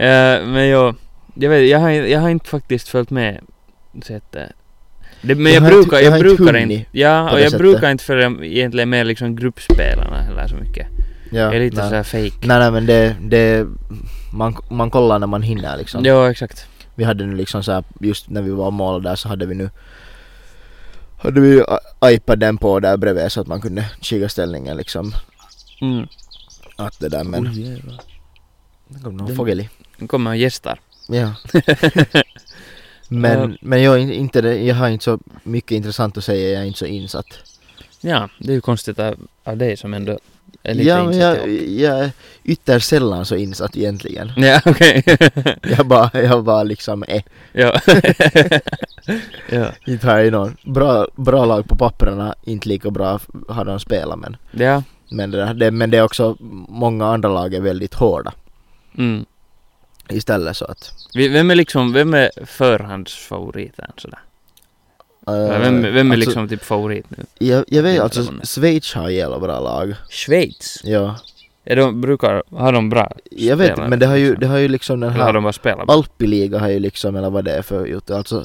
Eh, men jag, jag vet jag har, jag har inte faktiskt följt med sättet. Det, men
Jag
jag,
har inte-
brukar,
jag
jag,
har inte
brukar
hunnit
inte, ja,
på
och
det
jag
sättet.
brukar inte följa egentligen med liksom gruppspelarna heller så mycket.
Ja,
jag är lite
nej.
såhär fake.
Nej, nej men det, det man, man kollar när man hinner liksom.
Ja, exakt.
Vi hade nu liksom så här, just när vi var och målade där så hade vi nu hade vi ju i- iPaden på där bredvid så att man kunde kika ställningen liksom.
Mm.
Att det där men
Oj, jävlar.
Det kom någon
Den-
fågel i.
Nu kommer gäster.
Ja. *laughs* Eh. men, men jag, är in- inte, det- jag har inte så mycket intressant att säga, jag är inte så insatt.
Ja, det är ju konstigt av, av dig som ändå är lite
ja, men
insatt
jag,
i allt.
jag är ytterst sällan så insatt egentligen. *laughs*
Ja, *laughs* okej.
Jag bara, jag bara liksom, eh,
ja. *laughs* ja.
inte har jag någon. Bra, bra lag på papperna, inte lika bra f- har de spelat men.
Ja.
Men det, där- det, men det är också, många andra lag är väldigt hårda
Mm.
istället så att.
Vi- Vem är liksom, vem är förhandsfavoriten sådär?
eh,
Vem, vem är
alltså,
liksom typ favorit nu?
Jag, jag vet
Vem
alltså,
som är.
Schweiz har jävla bra lag.
Schweiz?
Ja.
Ja, de brukar, har de bra
Jag vet
spelare,
men det har ju,
liksom?
det har ju liksom den
Eller har
här
de bara spelat bra?
Alpiliga har ju liksom, eller vad det är för gjort, alltså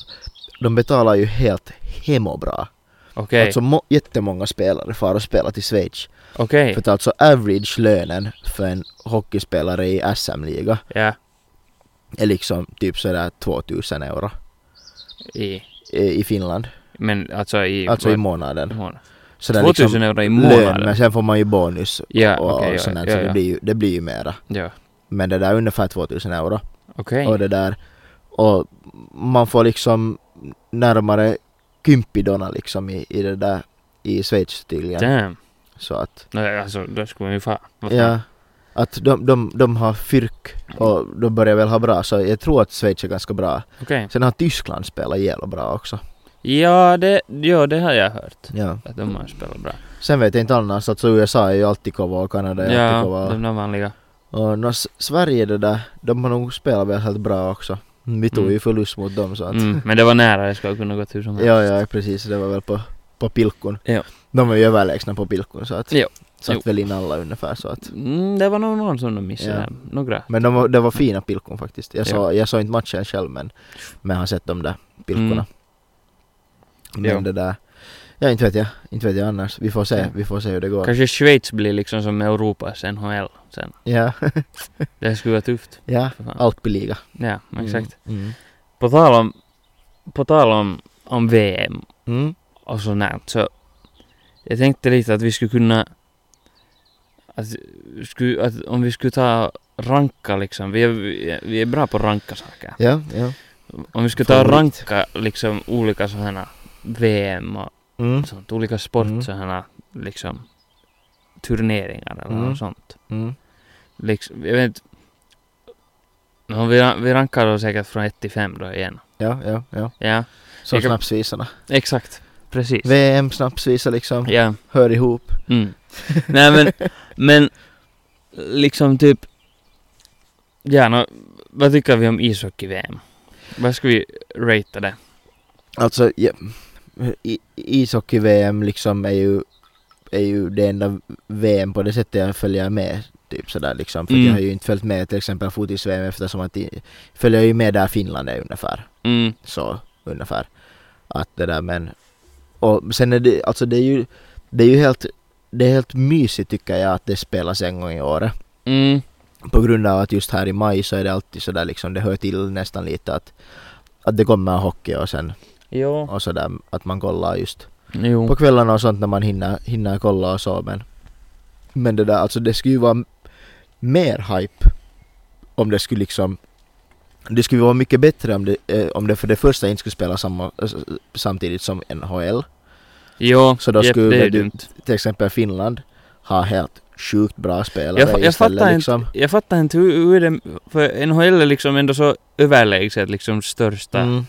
de betalar ju helt hemobra.
Okej,
Alltså må, jättemånga spelare far och spelar till Schweiz.
okej.
För att alltså average-lönen för en hockeyspelare i SM-liga
Ja,
är liksom typ sådär 2000 euro
i,
i, i Finland.
men alltså i...
Alltså i
vad-
månaden.
månad.
Så det är
2000
liksom
euro i
lön, men
månaden?
sen får man ju bonus
Ja,
och,
okej,
och sånt
ja,
där, så
ja,
det
ja.
blir ju, det blir ju mera.
Ja,
Men det där är ungefär 2000 euro.
okej.
och det där. Och man får liksom närmare kympidona liksom i, i det där i Schweiz tydligen.
Damn.
Så att,
Nej, alltså då skulle man ju fan... vad fan.
ja. Att de, de, de har fyrk och de börjar väl ha bra så jag tror att Schweiz är ganska bra.
Okej.
Sen har Tyskland spelat jävla bra också.
Ja, det, ja, det har jag hört.
Ja.
Att de har spelat bra.
Sen vet jag inte annars, alltså USA är ju alltid kova och Kanada är
Ja,
alltid kova.
de där vanliga.
Och nå, S- Sverige det där, de har nog spelat väl helt bra också. Vi tog
Mm.
ju förlust mot dem så att
Mm, men det var nära, det skulle kunna gått hur som helst.
Ja, ja, precis. Det var väl på, på pilkon.
Ja.
De var ju överlägsna på pilkon så att
Jo. Jo.
satt väl in alla ungefär så att.
Mm, det var nog någon som de missade.
Ja.
där. Några.
Men de var, det var fina pilkon faktiskt. Jag, så, jag såg inte matchen själv men, men jag har sett de där
Mm.
pilkorna. Men
Jo.
det där, ja inte vet jag, inte vet jag annars. Vi får se,
Ja.
vi får se hur det går.
Kanske Schweiz blir liksom som Europas NHL sen.
Ja,
Det skulle vara tufft.
ja,
För fan.
Alpiliga.
Ja, exakt.
Mm. Mm.
På tal om, på tal om, om VM
Mm.
och sånt där, så jag tänkte lite att vi skulle kunna att, sku, att om vi skulle ta ranka liksom, vi är, vi är- vi är bra på att ranka saker.
Ja, ja.
Om vi skulle ta och
Favorit.
ranka liksom olika sådana VM och
Mm.
sånt, olika sport
Mm.
sådana liksom turneringar eller
Mm.
något sånt.
Mm.
Liksom, jag vet inte. Nå, vi, ra- vi rankar då säkert från 1 till 5 då igen.
Ja, ja, ja.
Ja,
Som
Jag kan-
snapsvisarna.
exakt. Precis.
VM-snapsvisar liksom,
Ja.
hör ihop.
Mm. Nej men,
*laughs*
men liksom typ, ja nå, vad tycker vi om ishockey-VM? Vad ska vi ratea det?
Alltså, ja, i- ishockey-VM liksom är ju, är ju det enda VM på det sättet jag följer med. Typ sådär liksom. För att
Mm.
jag har ju inte följt med till exempel fotis-VM eftersom att jag följer ju med där Finland är ungefär.
Mm,
Så ungefär. Att det där men. Och sen är det, alltså det är ju, det är ju helt, det är helt mysigt tycker jag att det spelas en gång i året.
mm,
På grund av att just här i maj så är det alltid sådär liksom, det hör till nästan lite att, att det kommer hockey och sen
jo,
och sådär att man kollar just på
jo,
kvällarna och sånt när man hinner, hinner kolla och så men men det där alltså det skulle ju vara m- mer hype om det skulle liksom det skulle vara mycket bättre om det, eh, om det för det första inte skulle spela samma, s- samtidigt som NHL.
jo,
Så då
jepp,
skulle
det är
du-
dumt.
Till exempel Finland har helt sjukt bra spelare
Jag, fa- jag,
istället
fattar
liksom.
inte, jag fattar inte hur, hur är det, för NHL är liksom ändå så överlägset liksom största
Mm,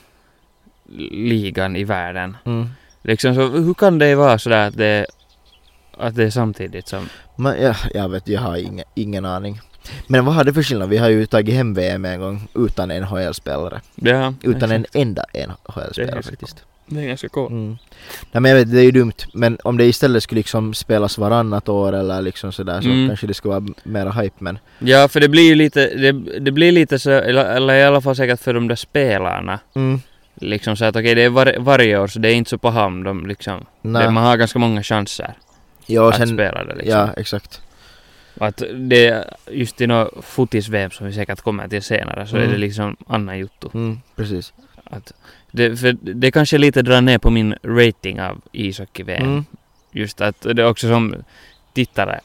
ligan i världen.
mm.
Liksom så, hur kan det vara sådär att det, att det är samtidigt som,
Men jag, jag vet, jag har ingen, ingen aning. Men vad har det för skillnad? Vi har ju tagit hem VM en gång utan NHL-spelare.
ja,
Utan en
exakt.
enda
Det är
NHL-spelare
helt
faktiskt.
det är ganska coolt.
Mm. Nej men jag vet, det är ju dumt. Men om det istället skulle liksom spelas varannat år eller liksom sådär så
Mm.
kanske det skulle vara mera hype men
Ja, för det blir ju lite, det, det blir lite så, eller, eller i alla fall säkert för de där spelarna,
mm.
liksom så att okej, det är var, varje år så det är inte så paha om de liksom, det,
Nej.
man har ganska många chanser
Ja, och
att
sen,
spela det liksom.
ja exakt.
Att det, just i något fotis-VM som vi säkert kommer till senare, så är
Mm.
det liksom annan jotto.
Mm, precis.
Att det, för det kanske lite drar ner på min rating av ishockey-VM.
Mm.
Just att det är också som tittare,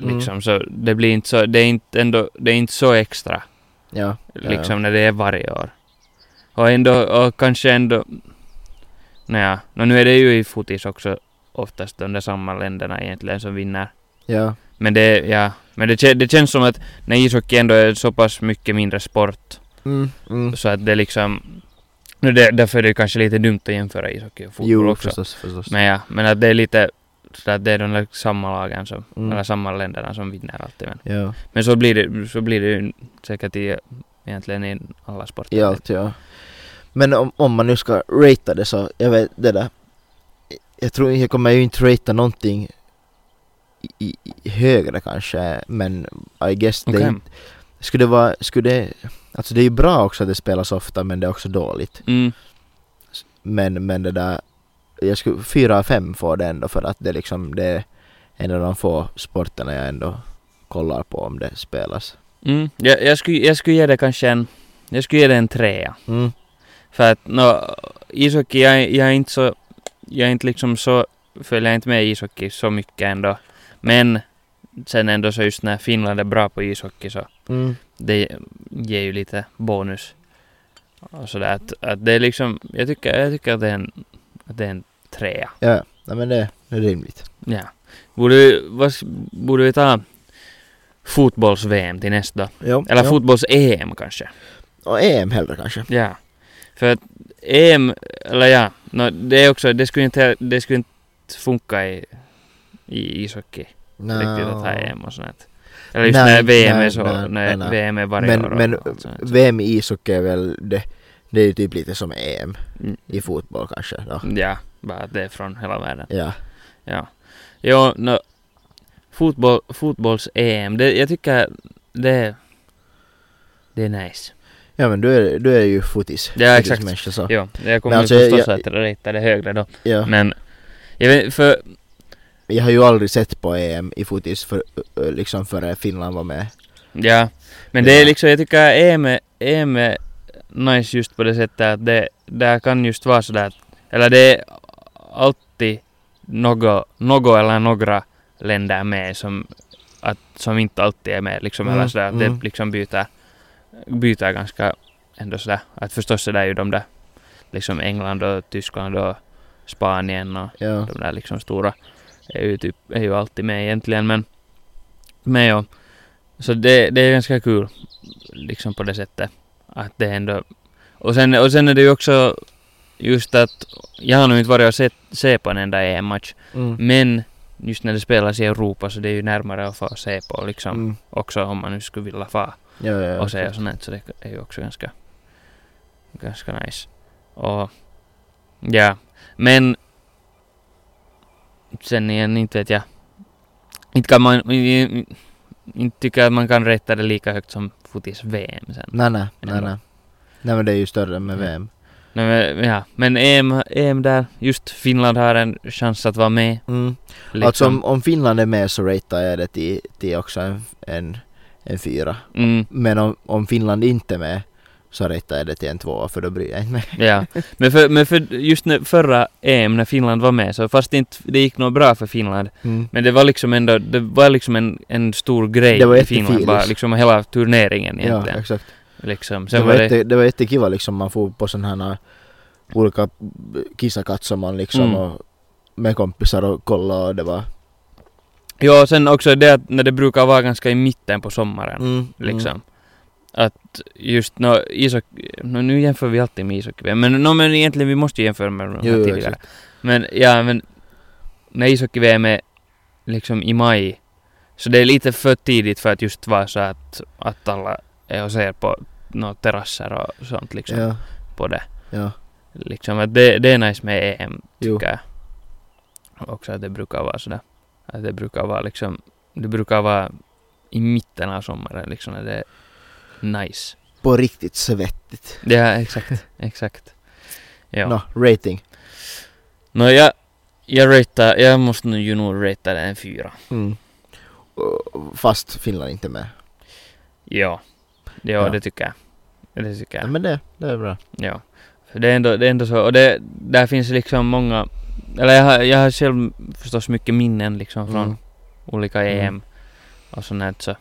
Mm.
liksom så det blir inte så, det är inte ändå, det är inte så extra
Ja. Ja,
liksom när det är varje år. Och ändå, och kanske ändå, nja, no, nu är det ju i fotis också oftast de där samma länderna egentligen som vinner.
Ja.
Men det, ja, men det, kä- det känns som att när ishockey ändå är så pass mycket mindre sport
Mm, mm.
så att det liksom, nu det, därför är det kanske lite dumt att jämföra ishockey och fotboll
Jo,
också.
förstås, förstås.
Men ja, men att det är lite så att det är de där samma lagen som,
Mm.
eller samma länderna som vinner alltid. Men,
Ja,
men så, blir det, så blir det ju säkert i, egentligen i alla sporter.
i allt ja. Men om, om man nu ska ratea det så, jag vet det där. Jag tror jag kommer ju inte ratea någonting i, i, i högre kanske, men I guess det
Okej.
är inte Skulle det vara, skulle det, alltså det är ju bra också att det spelas ofta men det är också dåligt.
Mm.
Men, men det där, jag skulle, fyra av fem får det ändå för att det liksom, det är en av de få sporterna jag ändå kollar på om det spelas.
Mm. Jag, jag, skulle, jag skulle ge det kanske en, jag skulle ge det en trea.
Mm,
För att nå, ishockey, jag, jag är inte så, jag är inte liksom så, följer inte med ishockey så mycket ändå. Men sen ändå så just när Finland är bra på ishockey så
mm,
det ger ju lite bonus. Och sådär att, att det är liksom, jag tycker, jag tycker att det är en, att det är en trea.
ja, nej men det, det är rimligt.
Ja. Borde vi, vad, s- borde vi ta fotbolls-VM till nästa?
Jo,
Eller
jo.
fotbolls-EM kanske?
Och EM hellre E kanske.
Ja. För att EM, eller ja, nå det är också, det skulle inte, det skulle inte funka i, i ishockey
No.
riktigt att ha E EM och sånt. Eller just
Nej,
när VM är
nej,
så,
nej,
när
nej, nej.
VM är varje
Men-
år och
men
allt sånt.
VM i ishockey är väl det, det är ju typ lite som EM
Mm.
i fotboll kanske. Då.
Ja, bara att det är från hela världen.
Ja.
Ja. Jo, no, fotboll, fotbolls-EM, det, jag tycker det, det är nice.
ja, men du är, du är ju fotis.
Ja, exakt.
fotismänniska, så.
Jo, jag kommer
Men alltså,
förstås
jag-
att rita det högre då.
Ja.
Men, jag vet, för,
Jag har ju aldrig sett på EM i fotis för, ö, liksom före Finland var med.
ja. Men det är
Ja.
liksom, jag tycker EM, är- EM är nice just på det sättet att det, där kan just vara sådär att, eller det är alltid något, något eller några länder med som, att, som inte alltid är med liksom,
Mm,
eller sådär att
mm.
det liksom byter, byter ganska ändå sådär, att förstås sådär är ju de där, liksom England och Tyskland och Spanien och
Ja.
de där liksom stora är ju, typ, är ju alltid med egentligen men men ja så det, det är ganska kul liksom på det sättet att det ändå och sen, och sen är det ju också just att jag har nog inte varit och sett se på en enda EM-match
Mm.
men just när det spelas i Europa så det är ju närmare att få se på liksom
Mm.
också om man nu skulle vilja få
Ja, ja, ja,
och se och
klart.
sånt här, så det är ju också ganska ganska nice och ja men sen igen inte vet jag inte kan man inte tycker jag att man kan rätta det lika högt som fotis VM sen
Nej, nej,
Men
nej,
ändå.
nej. Nej men det är ju större med
Mm.
VM.
Nej, men, ja. men E EM, EM där just Finland har en chans att vara med
Mm.
liksom.
Alltså om, om Finland är med så ratear jag det till, till också en, en, en fyra.
mm,
Men om, om Finland inte är med så ratear jag det till en tvåa för då bryr jag inte mig.
ja. men, för, men för just när, förra EM när Finland var med så fast inte, det gick nog bra för Finland
Mm.
Men det var liksom ändå, det var liksom en, en stor grej
Det var
i Finland,
jättefilis.
bara liksom hela turneringen
Ja,
egentligen.
exakt.
liksom.
Det
Sen
var,
var det,
jätte, det var jättekiva liksom, man får på sådana här olika kissakatt som man liksom
Mm.
och med kompisar och kolla och det var...
ja sen också det att när det brukar vara ganska i mitten på sommaren,
Mm,
liksom. Att just nå, ishockey, nå, nu jämför vi alltid med ishockey men, nå, men egentligen vi måste ju jämföra med de här
Jo, jo,
tidigare. Men ja, men när ishockey-VM är liksom i maj, så det är lite för tidigt för att just vara så att, att alla är och ser på nå, terrasser och sånt liksom
Ja,
på det.
ja.
Liksom att det, det är nice med EM
Jo.
tycker jag. Också att det brukar vara sådär. Att det brukar vara liksom, det brukar vara i mitten av sommaren liksom när det är nice.
På riktigt svettigt.
Ja,
*laughs*
exakt, exakt. Ja.
Nå, rating.
Nå, jag, jag ratear, jag måste nu ju nog ratea den en fyra.
Mm. Och- Fast Finland inte med.
Ja. ja.
Ja.
det tycker jag. Det tycker jag.
Ja, men det, det är bra.
Ja. För det är ändå, det är ändå så, och det, där finns liksom många, eller jag har, jag har själv förstås mycket minnen liksom från
Mm.
olika EM.
Mm.
och sånt här, så.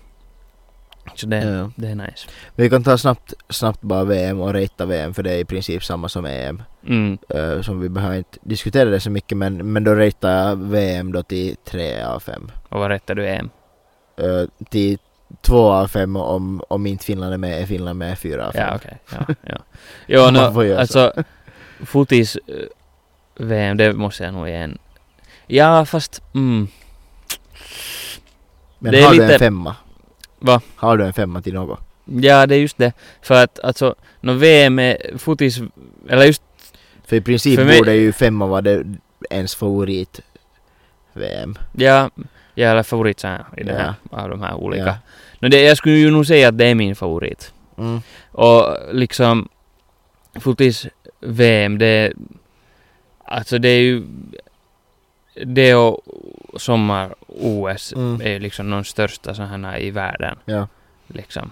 Så det,
Ja.
det är nice.
Vi kan ta snabbt, snabbt bara VM och rejta VM för det är i princip samma som E EM.
Mm.
eh, som vi behöver inte diskutera det så mycket men, men då rejtar jag VM då till 3 av 5.
Och vad rättar du E EM?
till 2 av 5 om, om inte Finland är med är Finland med 4 av 5.
Ja, okej. Ja, ja. Jo,
Man får
no,
göra så.
alltså fotis-VM, det måste jag nog ge en... Ja, fast... Mm,
Men
Det är
har du
lite-
en femma?
Va?
Har du en femma till något?
ja, det är just det. För att alltså, no, VM är fotis... Eller just...
För i princip
För mig-
borde ju femma vara det, ens favorit VM.
Ja, jag är favorit så här, i det här,
Ja.
av de här olika. No, det, jag skulle ju nog säga att det är min favorit.
Ja. Mm.
Och liksom fotis-VM, det... Alltså det är ju... Det och sommar-OS
Mm.
är ju liksom de största sådana i världen.
Ja.
Liksom.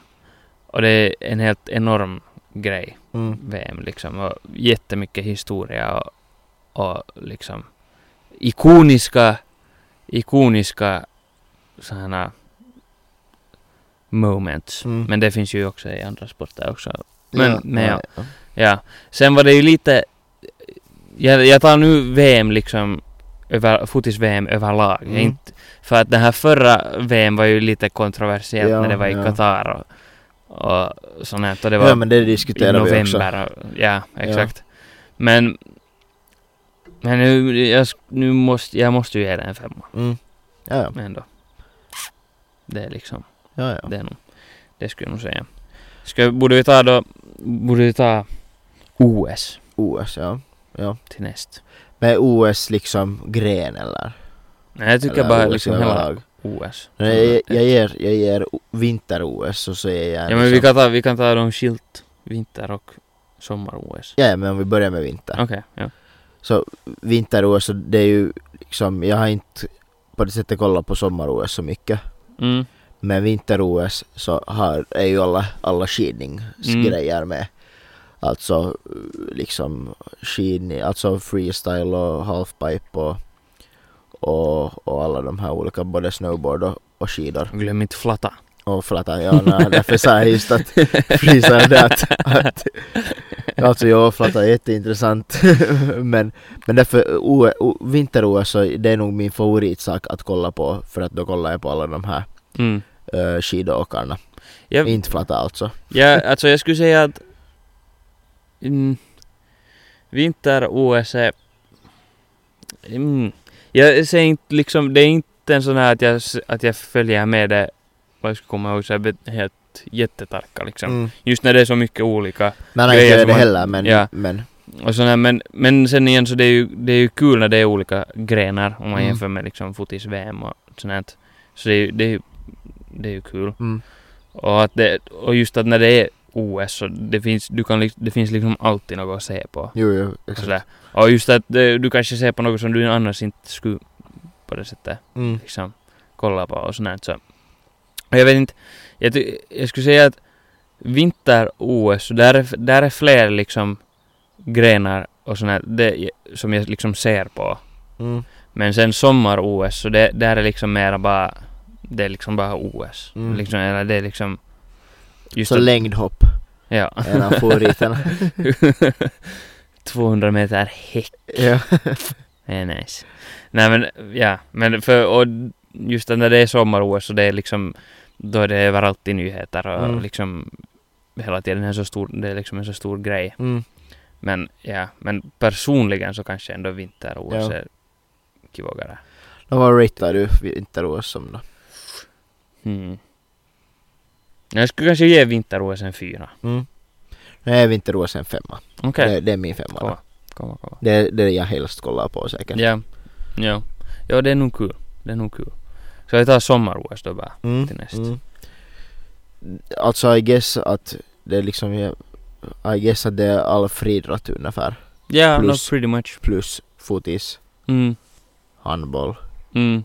Och det är en helt enorm grej,
Mm.
VM liksom. Och jättemycket historia och, och liksom ikoniska, ikoniska sådana moments.
Mm.
Men det finns ju också i andra sporter också. Men-
ja,
men
ja.
Ja, sen var det ju lite... Jag, jag tar nu VM liksom, över, fotis-VM överlag.
Mm.
Inte, för att den här förra VM var ju lite kontroversiellt
Ja,
när det var i
ja.
Qatar och, och sånt här. Och det
ja.
var
ja men det
i
diskuterar vi också.
november. Och, ja, exakt. Men... Men nu, jag, sk- nu måste, jag måste ju ge den en femma
Mm. Ja, ja.
ändå. Det är liksom...
ja, ja.
Det, är nog, det skulle jag nog säga. Ska, borde vi ta då... Borde vi ta OS
OS ja.
till näst?
Men OS liksom gren eller?
Nej, jag tycker
eller
bara
OS
liksom hela
överlag?
OS.
Nej, jag, jag ger, jag ger o- vinter-OS och så ger jag
ja, men vi
liksom-
kan ta, vi kan ta dem skilt. Vinter och sommar-OS.
Ja, men om vi börjar med vinter.
Okej, ja.
Så vinter-OS, så det är ju liksom, jag har inte på det sättet kollat på sommar-OS så mycket.
Mm,
Men vinter-OS så har, är ju alla, alla skidningsgrejer
Mm.
med. Alltså eh, liksom skidning, alltså freestyle och halfpipe och, och, och alla de här olika, både snowboard och, och skidor.
glöm inte flatta.
Och flatta, ja nej, därför sa jag just att freestyle det att, att Alltså ja, flatta är jätteintressant *laughs* men, men därför O- O- vinter-OS så det är nog min favoritsak att kolla på för att då kollar jag på alla de här
Mm.
uh, skidåkarna
Jag,
Inte flatta alltså
jag, alltså jag skulle säga att... Mm, Vinter-OS är... E. Mm, jag säger inte liksom... Det är inte en sån här att jag, s- att jag följer med det... Vad jag ska komma ihåg så här bet- helt jättetarka liksom.
mm.
Just när det är så mycket olika.
Men han
grejer
gör
som
det
man-
heller men,
ja.
men
Och sådär, men, men sen igen så det är ju, det är ju kul när det är olika grenar om man
Mm.
jämför med liksom fotis-VM och sånt här. Så det är ju, det är ju, det är ju kul.
mm.
Och, att det, och just att när det är OS så det finns, du kan, liks- det finns liksom alltid något att se på.
jo jo
Och,
exakt.
sådär. och just att eh, du kanske ser på något som du annars inte skulle på det sättet
Mm.
liksom kolla på och sånt här. så. Och jag vet inte, jag, ty- jag skulle säga att vinter-OS, så där, är- där är fler liksom grenar och sånt här, det, som jag liksom ser på.
Mm.
Men sen sommar-OS, så det, där är liksom mera bara, det är liksom bara OS.
Mm.
Liksom, eller det är liksom... Just
Så
att-
längdhopp *laughs*
Ja. *laughs*
är en av favoriterna
200 meter häck.
ja.
Det är nice. Nej men, ja. Men för, och just när det är sommar-OS så det är liksom, då är det överallt i nyheter och
Mm.
liksom hela tiden en så stor, det är liksom en så stor grej.
mm.
Men ja, men personligen så kanske ändå vinter-OS
Ja.
är kivogare.
Nå, Vad ratear du vinter-OS som då?
Mm. Jag skulle kanske ge vinter-OS en fyra.
Mm. Nej vinter-OS är en femma
Okej.
det, det är min femma då.
Kolla. Kolla, kolla.
Det, det jag helst kollar på säkert.
Ja. Ja. Ja, det är nog kul. Det är nog kul. Så jag tar sommar-OS då bara.
Mm,
till näst.
mm. Alltså I guess att det är liksom, jag- I guess att det är all friidrott ungefär.
Ja, no,
Plus.
pretty much.
Plus fotis,
Mm.
handboll.
Mm.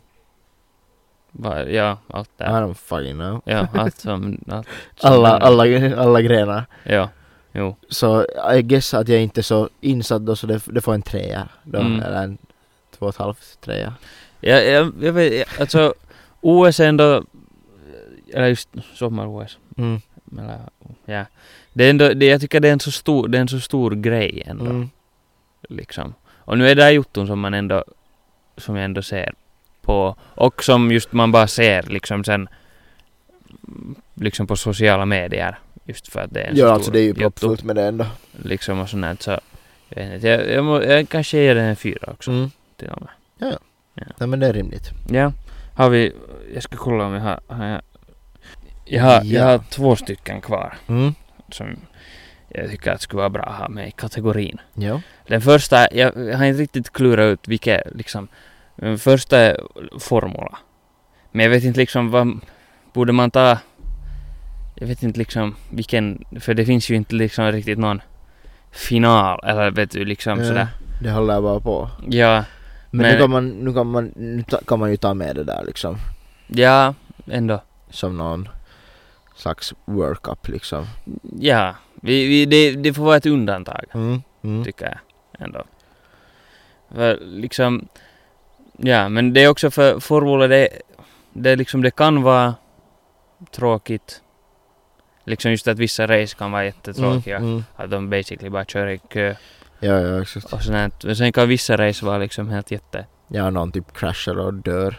Va, ja, allt
I
där.
don't fucking know.
Ja, allt som... Allt som
Ah. Alla, alla, alla grenar.
Ja, jo.
Så I guess att jag inte är så insatt då så det, det får en trea då.
Mm.
Eller en två och ett halvt trea.
Ja, jag, jag vet, jag- alltså OS är ändå eller just sommar-OS.
Mm.
Eller, ja. Det är ändå, det, jag tycker det är en så stor, det är en så stor grej ändå.
Mm.
Liksom. Och nu är det här jotton som man ändå, som jag ändå ser på och som just man bara ser liksom sen mm, liksom på sociala medier just för att det är en så
Ja,
stor
alltså det är ju
jotto,
proppfullt med det ändå.
liksom och sånt där, så jag vet inte, jag, jag, må, jag kanske ger den en fyra också
Mm.
till och med.
Nej men det är rimligt.
Ja, har vi, jag ska kolla om jag har, har jag, jag har, jag
Ja.
har två stycken kvar
Mm.
som jag tycker att skulle vara bra att ha med i kategorin.
Ja.
Den första, jag, jag har inte riktigt klurat ut vilket liksom, den första är formula. Men jag vet inte liksom vad, borde man ta, jag vet inte liksom vilken, för det finns ju inte liksom riktigt någon final eller vet du liksom
Ja,
sådär.
Eh, Det håller jag bara på.
Ja,
Men,
Men-
nu, kan man, nu, kan man, nu ta, kan man ju ta med det där liksom.
ja, ändå.
Som någon slags workup liksom.
Ja, vi, vi, det, det får vara ett undantag
Mm. Mm.
tycker jag ändå. För liksom, ja men det är också för formula det, det är liksom det kan vara tråkigt. Liksom just att vissa race kan vara jättetråkiga.
Mm. Mm.
Att de basically bara kör i kö
Ja, ja exakt.
och sånt. här. Men sen kan vissa race vara liksom helt jätte...
Ja, någon typ kraschar och dör.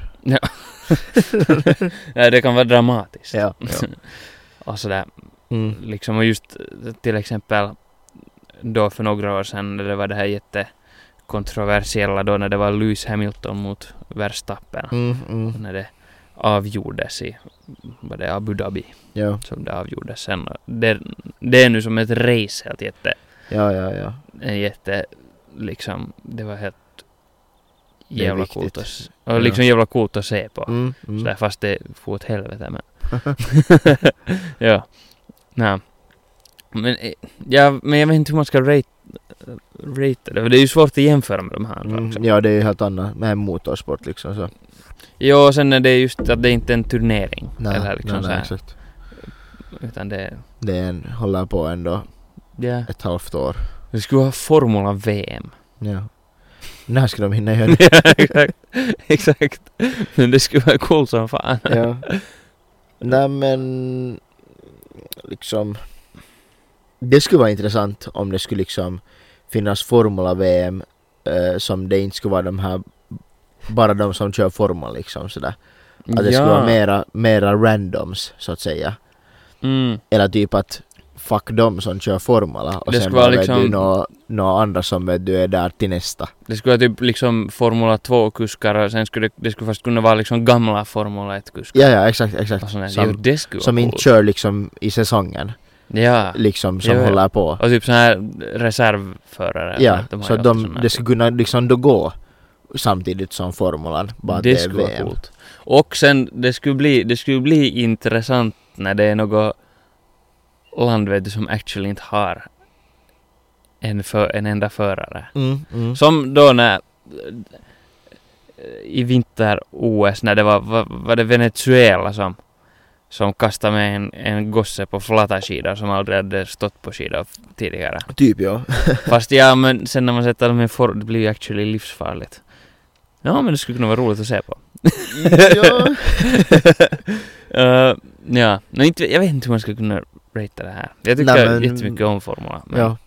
Nej, det kan vara dramatiskt.
Ja. ja.
Och sådär.
*laughs* Mm.
Liksom och just eh, till exempel då för några år sedan när det var det här jättekontroversiella då när det var Lewis Hamilton mot Verstappen.
Mm. Mm.
När det avgjordes i, var det Abu Dhabi
Ja.
som det avgjordes sen. Och Det, det är nu som ett race helt jätte,
ja, ja, ja.
en jätte, liksom, det var helt
är
jävla
viktigt.
coolt att, s-
Ja.
och liksom jävla coolt att se på.
Mm.
Sådär,
Mm.
fast det får åt helvete men.
*laughs*
ja. Nej. Men, eh, ja, men jag vet inte hur man ska rate, rate det. för Det är ju svårt att jämföra med de här alltså. andra också.
Mm. Ja, det är ju helt annat. Med motorsport liksom så.
Jo, och sen är det just att det inte är en turnering.
Nej,
eller liksom så
nej, nej,
här,
exakt.
Utan det är...
Det är en, håller på ändå
Ja.
ett halvt år.
Vi skulle ha
*laughs*
Formula-VM.
Ja. När ska de hinna göra det?
ja, exakt. exakt. Men det skulle vara coolt som fan. *laughs*
ja. Nej men... Liksom... Det skulle vara intressant om det skulle liksom finnas Formula-VM eh, som det inte skulle vara de här bara de som kör Formula liksom sådär. Att det skulle vara mera, mera randoms så att säga.
Mm.
Eller typ att fuck de som kör Formula och
Det
sen
skulle vara
vet
liksom-
du nå- nå andra som vet du är där till nästa.
Det skulle vara typ liksom Formula 2-kuskar och sen skulle det, det skulle fast kunna vara liksom gamla Formula 1-kuskar.
Ja, ja exakt, exakt.
Och sådana, jo,
Som,
Ah, det skulle
som
vara
inte
coolt.
kör liksom i säsongen.
Ja.
Liksom som
Ja, ja.
håller på.
Och typ såna här reservförare.
Ja,
har ju
så att
alltid
de,
såna här.
det skulle kunna liksom då gå samtidigt som formulan. Bara att
det
det är
skulle vara
VM.
coolt. Och sen det skulle bli, det skulle bli intressant när det är något land vet du, som actually inte har en, för, en enda förare.
Mm, mm.
Som då när eh, i vinter-OS när det var, var, var det Venezuela som som kastade med en, en gosse på flata skidor som aldrig hade stått på skidor
*laughs*
tidigare.
Typ ja.
Fast ja, men sen när man sätter dem i form, det blir ju actually livsfarligt. Ja, men det skulle kunna vara roligt att se
*laughs*
på.
ja.
Eh, ja, no, inte, jag vet inte hur man skulle kunna rata det här. Jag tycker
Nej, men-
jättemycket om Formula. *laughs* Men,
ja.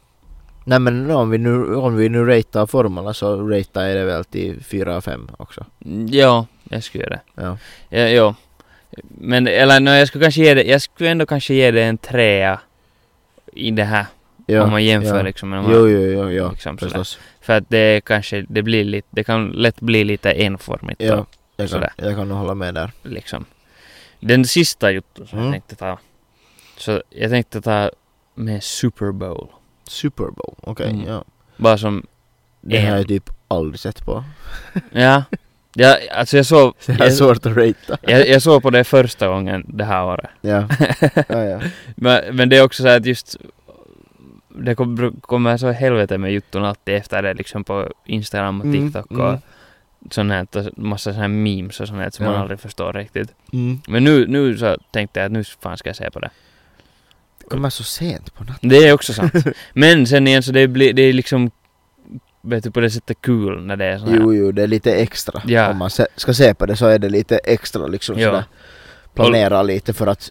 Nej men om vi nu, om vi nu ratear formulan så ratear jag det väl till 4 av 5 också.
ja, jag skulle göra det.
Ja.
Ja, jo. Men eller no, jag skulle kanske ge det, jag skulle ändå kanske ge det en trea i det här.
ja.
om man jämför
ja.
liksom med de
Jo, jo, jo, jo.
liksom sådär.
Förstås.
För att det är kanske, det blir lite, det kan lätt bli lite enformigt.
Ja.
och
Jag kan,
sådär.
jag kan nog hålla med där.
liksom. Den sista jotton som jag
Mm.
tänkte ta. Så jag tänkte ta med Super Bowl.
Super Bowl, okej.
Mm.
Ja.
Bara som,
Det har
En.
jag typ aldrig sett
*laughs*
på.
ja. ja alltså jag
*laughs*
såg,
Så det är
jag,
svårt att ratea.
jag, jag såg på det första gången det här året. *laughs*
Ja. ja, ja.
Men, men det är också så här att just det kom- kommer så helvete med jotton alltid efter det liksom på Instagram och
Mm,
TikTok och
mm.
sånt här, och massa sådana här memes och sånt här som
Ja.
man aldrig förstår riktigt.
Mm.
Men nu, nu så tänkte jag att nu fan ska jag se på det.
Det kommer så sent på natten.
Det är också
*laughs*
sant. Men sen igen så det blir, det är liksom vet du, på det sättet kul när det är sån här.
Jo, jo, det är lite extra.
Ja.
Om man se, ska se på det så är det lite extra liksom
Ja.
sådär. planera lite för att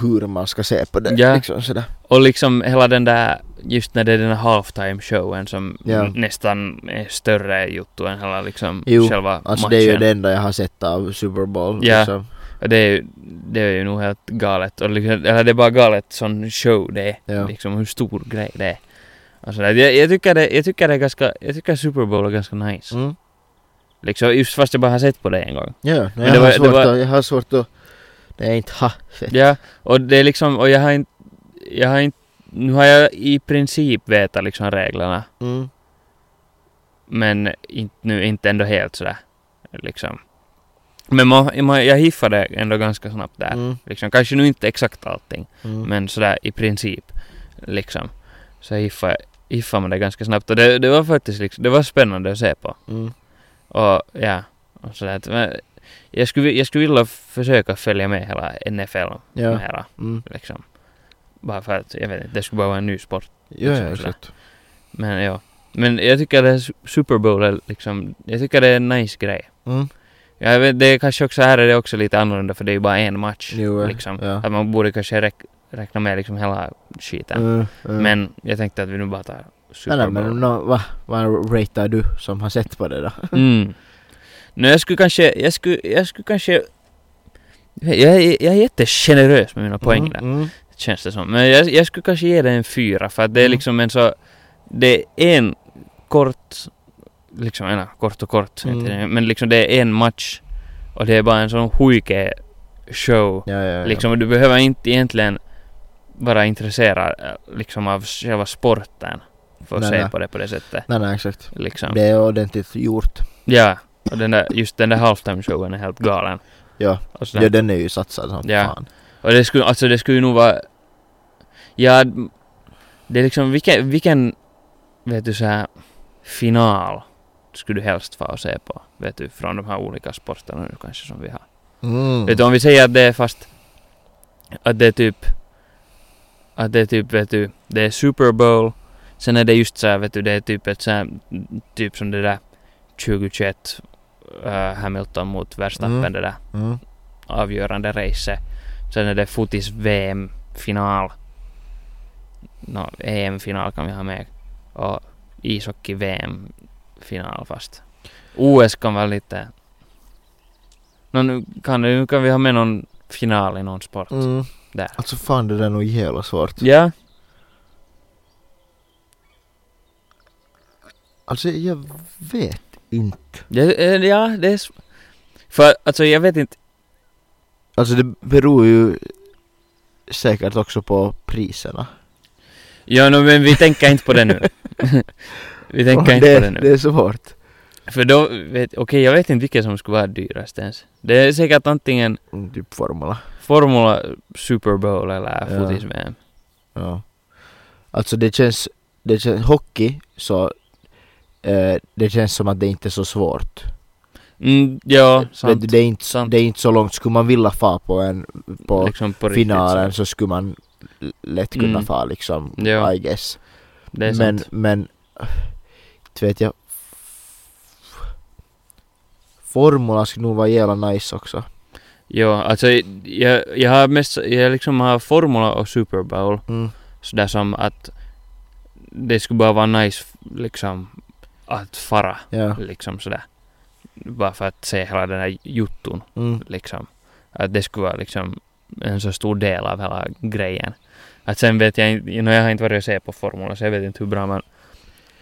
hur man ska se på det.
Ja.
Liksom sådär.
Och liksom hela den där, just när det är den här halftime showen som
Ja.
nästan är större jotto än hela liksom
Jo,
själva
Alltså det
matchen.
är ju det enda jag har sett av Super Bowl.
Ja.
Liksom.
Och det är ju, det är ju nog helt galet. Och liksom, eller det är bara galet sån show det är.
Ja.
Liksom hur stor grej det är. Och sådär. Jag, jag, tycker det, jag tycker det är ganska, jag tycker Super Bowl är ganska nice.
Mm.
Liksom, just fast jag bara har sett på det en
*laughs*
gång.
Ja, nej,
Men
jag,
det var-
har
det
svårt
var-
att, jag har svårt att... Nej, inte ha sett.
Ja, och det är liksom, och jag har inte, jag har inte, nu har jag i princip vetat liksom reglerna.
Mm.
Men inte, nu inte ändå helt sådär. Liksom. Men man, man, jag hiffade ändå ganska snabbt där.
Mm.
Liksom, kanske nu inte exakt allting,
Mm.
men sådär i princip. Liksom. Så hiffade, hiffade man det ganska snabbt. Och det, det var faktiskt liksom, det var spännande att se på.
Mm.
Och ja, och sådär. att, men Jag skulle, jag skulle vilja försöka följa med hela NFL
Ja.
mera.
Mm.
Liksom. Bara för att, jag vet inte, det skulle bara vara en ny sport.
Ja,
Liksom
ja,
sådär.
exakt.
Men ja. Men jag tycker det är su- Super Bowl är liksom, jag tycker det är en nice grej.
Mm.
Jag vet, det är kanske också, här är det också lite annorlunda för det är ju bara en match.
Jo, ja.
liksom.
ja.
Att man borde kanske räk- räkna med liksom hela skiten.
Mm, mm.
Men jag tänkte att vi nu bara tar Super
Nej, nej,
Bowl.
men no, va, vad ratear du som har sett på det då?
Mm. *laughs* Nu jag skulle kanske, jag skulle, jag skulle kanske... Jag, är- jag är jättegenerös med mina poäng där.
Mm, mm.
känns det som. Men jag, jag skulle kanske ge det en fyra för att det är
Mm.
liksom en så... Det är en kort... Liksom, en, kort och kort.
Mm.
inte det, Men liksom det är en match och det är bara en sån huike show.
Ja, ja, ja.
Liksom, och du behöver inte egentligen vara intresserad eh, liksom av själva sporten för att
Nej,
se
nej.
på det på det sättet.
Nej, nej, exakt.
Liksom.
Det är ordentligt gjort.
Ja. Och den där, just den där halftime showen är helt galen.
Ja.
Och sådär.
Ja, den är ju satsad som
Ja.
fan.
Och det skulle, alltså det skulle ju nog vara... Ja, det är liksom vilken, vilken vet du så här, final skulle du helst vara och se på? Vet du, från de här olika sporterna nu kanske som vi har.
Mm.
Vet du, om vi säger att det är fast... Att det är typ... Att det är typ, vet du, det är Super Bowl. Sen är det just så här, vet du, det är typ ett så här, typ som det där 2021 eh, Hamilton mot Verstappen,
Mm.
det där
Mm.
avgörande race. Sen är det fotis-VM-final. Nå, EM-final E kan vi ha med. Och ishockey-VM-final fast. OS kan vara lite... Nå, nu, kan, nu kan vi ha med någon final i någon sport.
Mm.
Där.
Alltså fan, det där är nog jävla svårt.
Ja,
Alltså jag vet inte.
ja, eh, ja, det är... s- För alltså jag vet inte...
Alltså det beror ju säkert också på priserna.
Ja, nå, men vi tänker inte på det nu. *laughs* vi tänker inte
*laughs* det,
på det nu.
det är svårt.
För då, vet- okej jag vet inte vilken som skulle vara dyrast ens. Det är säkert antingen
Mm, Typ formula.
Formula Super Bowl eller
Ja.
fotis-VM.
Ja. Alltså det känns, det känns, hockey så eh, det känns som att det inte är så svårt.
Mm, ja,
Det,
sant.
det, är inte,
Sant.
det är inte så långt, skulle man vilja fa på en på
liksom på riktigt
finalen
så.
så skulle man l- lätt kunna
Mm.
fa liksom,
Ja,
I guess.
det är
men,
sant.
men, inte vet jag. Formula skulle nog vara jävla nice också.
Ah, Ja, alltså jag, jag har mest, jag liksom har Formula och Super Bowl sådär som att det skulle bara vara nice liksom att fara
Ja.
liksom sådär. Bara för att se hela den här jutton
Mm.
liksom. Att det skulle vara liksom en så stor del av hela grejen. Att sen vet jag inte, no, jag har inte varit och sett på Formula så jag vet inte hur bra man...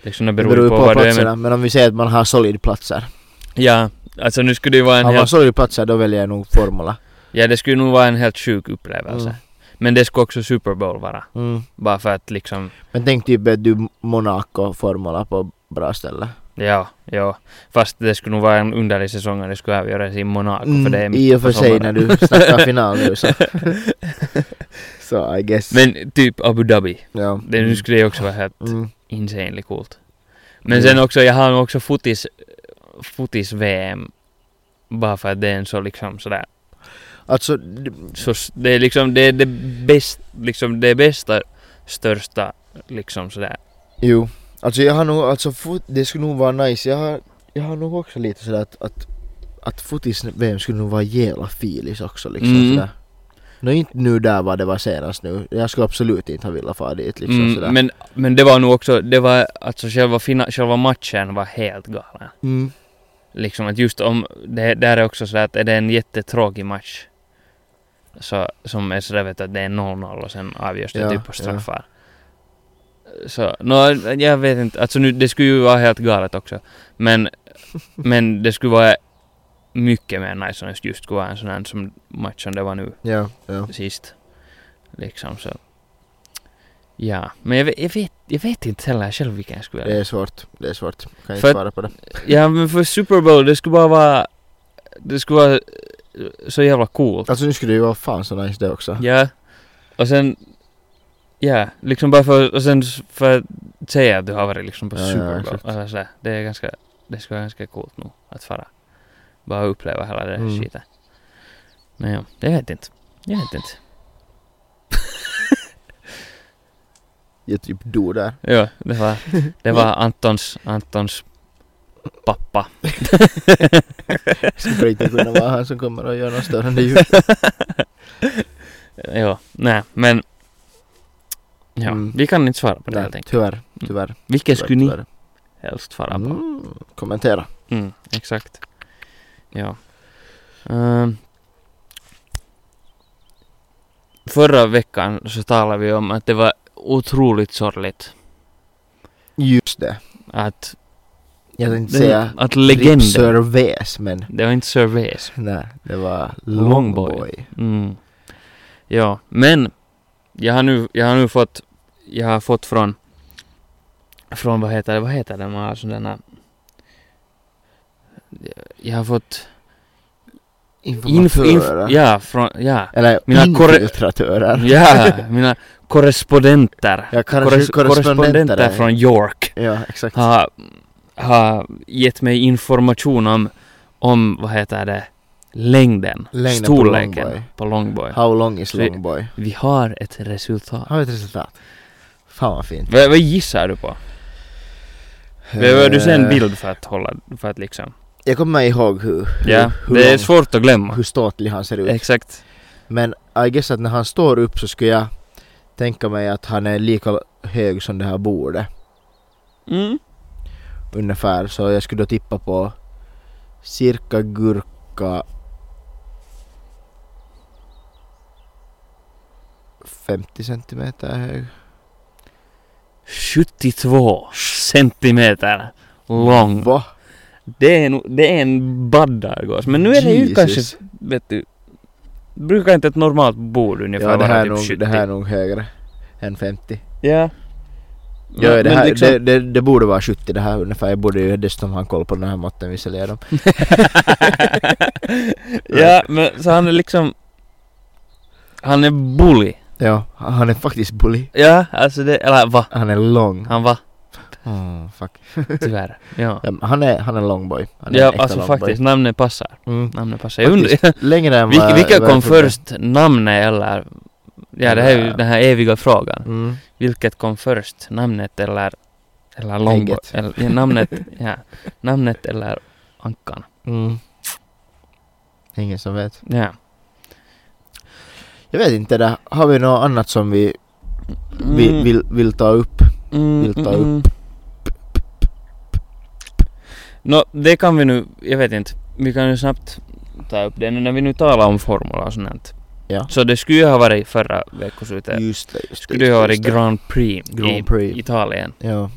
Liksom det
Det
beror,
beror ju på,
på vad du är
platserna,
men
men... om vi säger att man har solid platser.
Ja, alltså nu skulle det ju vara en
Har man
helt...
solid platser då väljer jag nog Formula.
Ja, det skulle nog vara en helt sjuk upplevelse.
Mm.
Men det skulle också Super Bowl vara.
Mm.
Bara för att liksom...
Men tänk typ att du Monaco Formula på bra ställe.
Ja, ja. Fast det skulle nog vara en underlig säsong om det skulle avgöras i Monaco för det är mitt
Mm, I och
på
för sig när
sommaren. *laughs*
du snackar final nu så. så I guess.
Men typ Abu Dhabi.
ja.
Det, nu skulle det också vara helt
Mm.
insanely coolt. Men
Mm.
sen också, jag har nog också fotis... Fotis-VM. Bara för att det är en så liksom sådär...
Alltså, d-
Så s- det är liksom det, är det bäst, liksom det bästa, största liksom sådär.
Jo, alltså jag har nog, alltså fot, det skulle nog vara nice. Jag har, jag har nog också lite sådär att, att, att fotis-VM skulle nog vara jävla filis också liksom
Mm.
sådär. Nå inte nu där vad det var senast nu. Jag skulle absolut inte ha velat fara dit liksom sådär.
Mm, men, men det var nog också, det var alltså själva, fina, själva matchen var helt galen.
Mm.
Liksom att just om, det där är också sådär att är det en jättetråkig match så, som är sådär vet du, att det är 0-0 och sen avgörs det
Ja,
typ på
ja.
straffar. Så, nå jag vet inte, alltså nu, det skulle ju vara helt galet också.
*laughs*
Men, men det skulle vara mycket mer nice om det just skulle vara en sån här som match som det var nu
Ja, ja.
sist. Liksom så. Ja, men jag, vet- jag, vet, jag vet inte heller själv vilken jag skulle
Det
välja.
är svårt. Det är svårt. Kan inte
För-
svara på det.
Ja, men för Super Bowl, det skulle bara vara... Det skulle vara eh, så jävla coolt.
Alltså nu skulle det ju vara fan så nice det också.
Ja. Och sen... Ja, liksom bara för... Och sen s- för att säga att du har varit liksom på
Ja, ja,
Super Bowl.
exakt.
alltså, sådär. det är ganska... Det skulle vara ganska coolt nog att fara. Bara uppleva hela det
Mm.
mm. skiten. Men ja, jag vet inte. Jag vet inte.
Jag typ dog där.
Ja, det var, det var Antons, Antons pappa.
Skulle inte kunna vara han som kommer och gör något
*laughs*
störande ljud.
Ja, nej, men... Ja,
Mm.
vi kan inte svara på det helt
Nej,
enkelt.
tyvärr. Tyvärr.
Vilken skulle ni
tyvärr.
helst fara på?
Mm, kommentera.
Mm, exakt. Ja. Ehm, förra veckan så talade vi om att det var otroligt sorgligt
Just det.
att...
Jag tänkte säga typ
att
Sir
legenden...
Väs, men
Det var inte Sir Väs.
nej, det var
Longboy.
Longboy.
Mm. Ja, men jag har nu, jag har nu fått, jag har fått från, från vad heter det, vad heter det, man har sådana, jag har fått info,
Informatörer.
ja, från, ja,
Eller
Mina korre-
infiltratörer.
ja, mina korrespondenter,
Ja, korres-
korres-
korrespondenter
korrespondenter
är-
från York
Ja, exakt.
har, har gett mig information om, om vad heter det, längden,
Längden på
storleken på
Longboy.
Longboy. På longboy.
How long is
Så vi-
Longboy?
Vi har ett resultat.
Har vi ett resultat? Fan vad fint.
Vad, vad gissar du på? Behöver du se en bild för att hålla, för att liksom...
Eh, Jag kommer ihåg hur, hur,
Ja,
hur,
det är
lång-
svårt Eh. att glömma.
hur ståtlig han ser ut.
Exakt.
Men I guess att när han står upp så skulle jag tänka mig att han är lika hög som det här bordet
Mm.
ungefär. Så jag skulle då tippa på cirka gurka 50 centimeter hög.
72 centimeter lång.
Va?
Det är, nog- det är en baddargås. Men nu är det ju
Jesus.
kanske, vet du, brukar inte ett normalt bord ungefär
Ja det här, är
vara typ 70?
nog, det här är nog högre än 50.
Ja.
Ja,
Men-
det,
men
här,
liksom-
det, det, det borde vara 70 det här ungefär. Jag borde ju dessutom ha koll på den här måtten visserligen.
*laughs* ja, men så han är liksom... Han är bully.
Ja, han är faktiskt bully.
Ja, alltså det... Eller va?
Han är lång.
Han var, *laughs*
Mm, fuck.
tyvärr. Ja.
Ja, men Han är, han är longboy. Han är en
Ja,
äkta
alltså
longboy.
faktiskt, namnet passar.
Mm.
Namnet passar. Jag undrar,
Faktiskt, längre än
vilka,
vad-
vilka
vad jag
kom
trodde.
först? Namnet eller? Ja, det här är ju
Eller-
den här eviga frågan.
Mm.
Vilket kom först? Namnet eller... Eller longboy?
Ägget.
Eller, ja, namnet,
*laughs*
ja. Namnet eller ankan?
Mm. Ingen som vet.
Ja.
Jag vet inte det. Har vi något annat som vi, vi vill, vill ta upp?
Mm,
vill ta
Nå, det kan vi nu, jag vet inte, vi kan ju snabbt ta upp det nu när vi nu talar om formula och sånt. här.
Ja.
Så det skulle ju ha varit förra veckoslutet.
Just det, just det.
Skulle ju ha varit
just det.
Grand Prix, i
Grand Prix.
Italien.
Ja.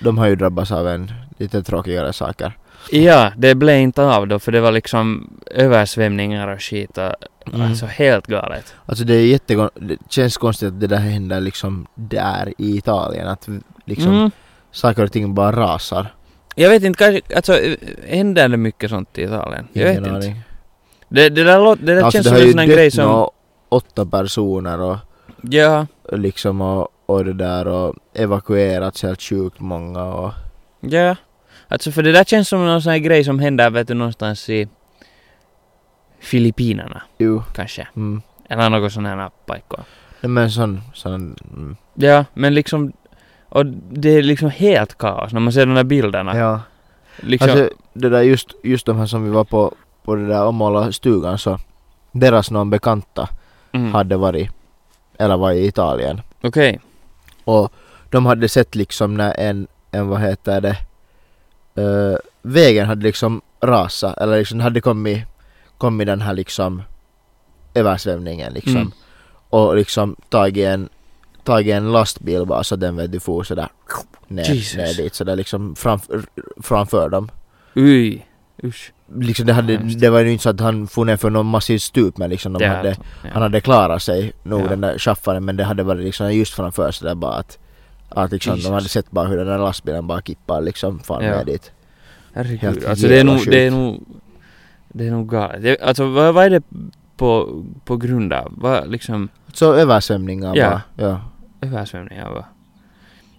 De har ju drabbats av en lite tråkigare saker.
Ja, det blev inte av då för det var liksom översvämningar och skit och,
Mm.
alltså helt galet.
Alltså det är jättegå... Det känns konstigt att det där händer liksom där i Italien. Att liksom
Mm.
saker och ting bara rasar.
Jag vet inte, kanske, alltså eh, händer det mycket sånt i Italien? Jag vet
Ingen
inte.
aning.
Det, det där, låter- det där
Alltså
känns
det
som
har
en
ju
sån här grej
dött
som...
nå åtta personer och
Ja,
liksom och, och det där och evakuerats helt sjukt många och
ja. Alltså för det där känns som någon sån här grej som händer vet du någonstans i Filippinerna
jo.
kanske.
Mm.
Eller något sån här paikko.
Nej, men sån, sån mm.
Ja, men liksom... Och det är liksom helt kaos när man ser de där bilderna.
ja.
Liksom,
Alltså det där just, just de här som vi var på, på det där ommåla stugan så deras någon bekanta
Mm.
hade varit, eller var i Italien.
Okej.
Och de hade sett liksom när en, en vad heter det, eh, vägen hade liksom rasat eller liksom hade kommit, kommit den här liksom översvämningen liksom.
Mm.
Och liksom tagit en, tagit en lastbil bara så den vet du for sådär ner,
Jesus.
ner dit sådär liksom framför, framför dem.
Uj. Usch.
Liksom det, hade,
Ja, just
det var ju inte så att han for ner för någon massiv stup men liksom de
Det är
hade,
allt. Ja.
han hade klarat sig nog
Ja.
den där chauffören men det hade varit liksom just framför sig där bara att att liksom, de
Jesus.
hade sett bara hur den där lastbilen bara kippar liksom far
Ja.
ner dit.
Herregud.
Helt
Alltså det är
jävla
nog,
sjukt.
det är nog, det är nog galet. Det- Alltså vad, vad är det på, på grund av? Vad liksom
Så översvämningar
Ja.
bara. Ja.
översvämningar va?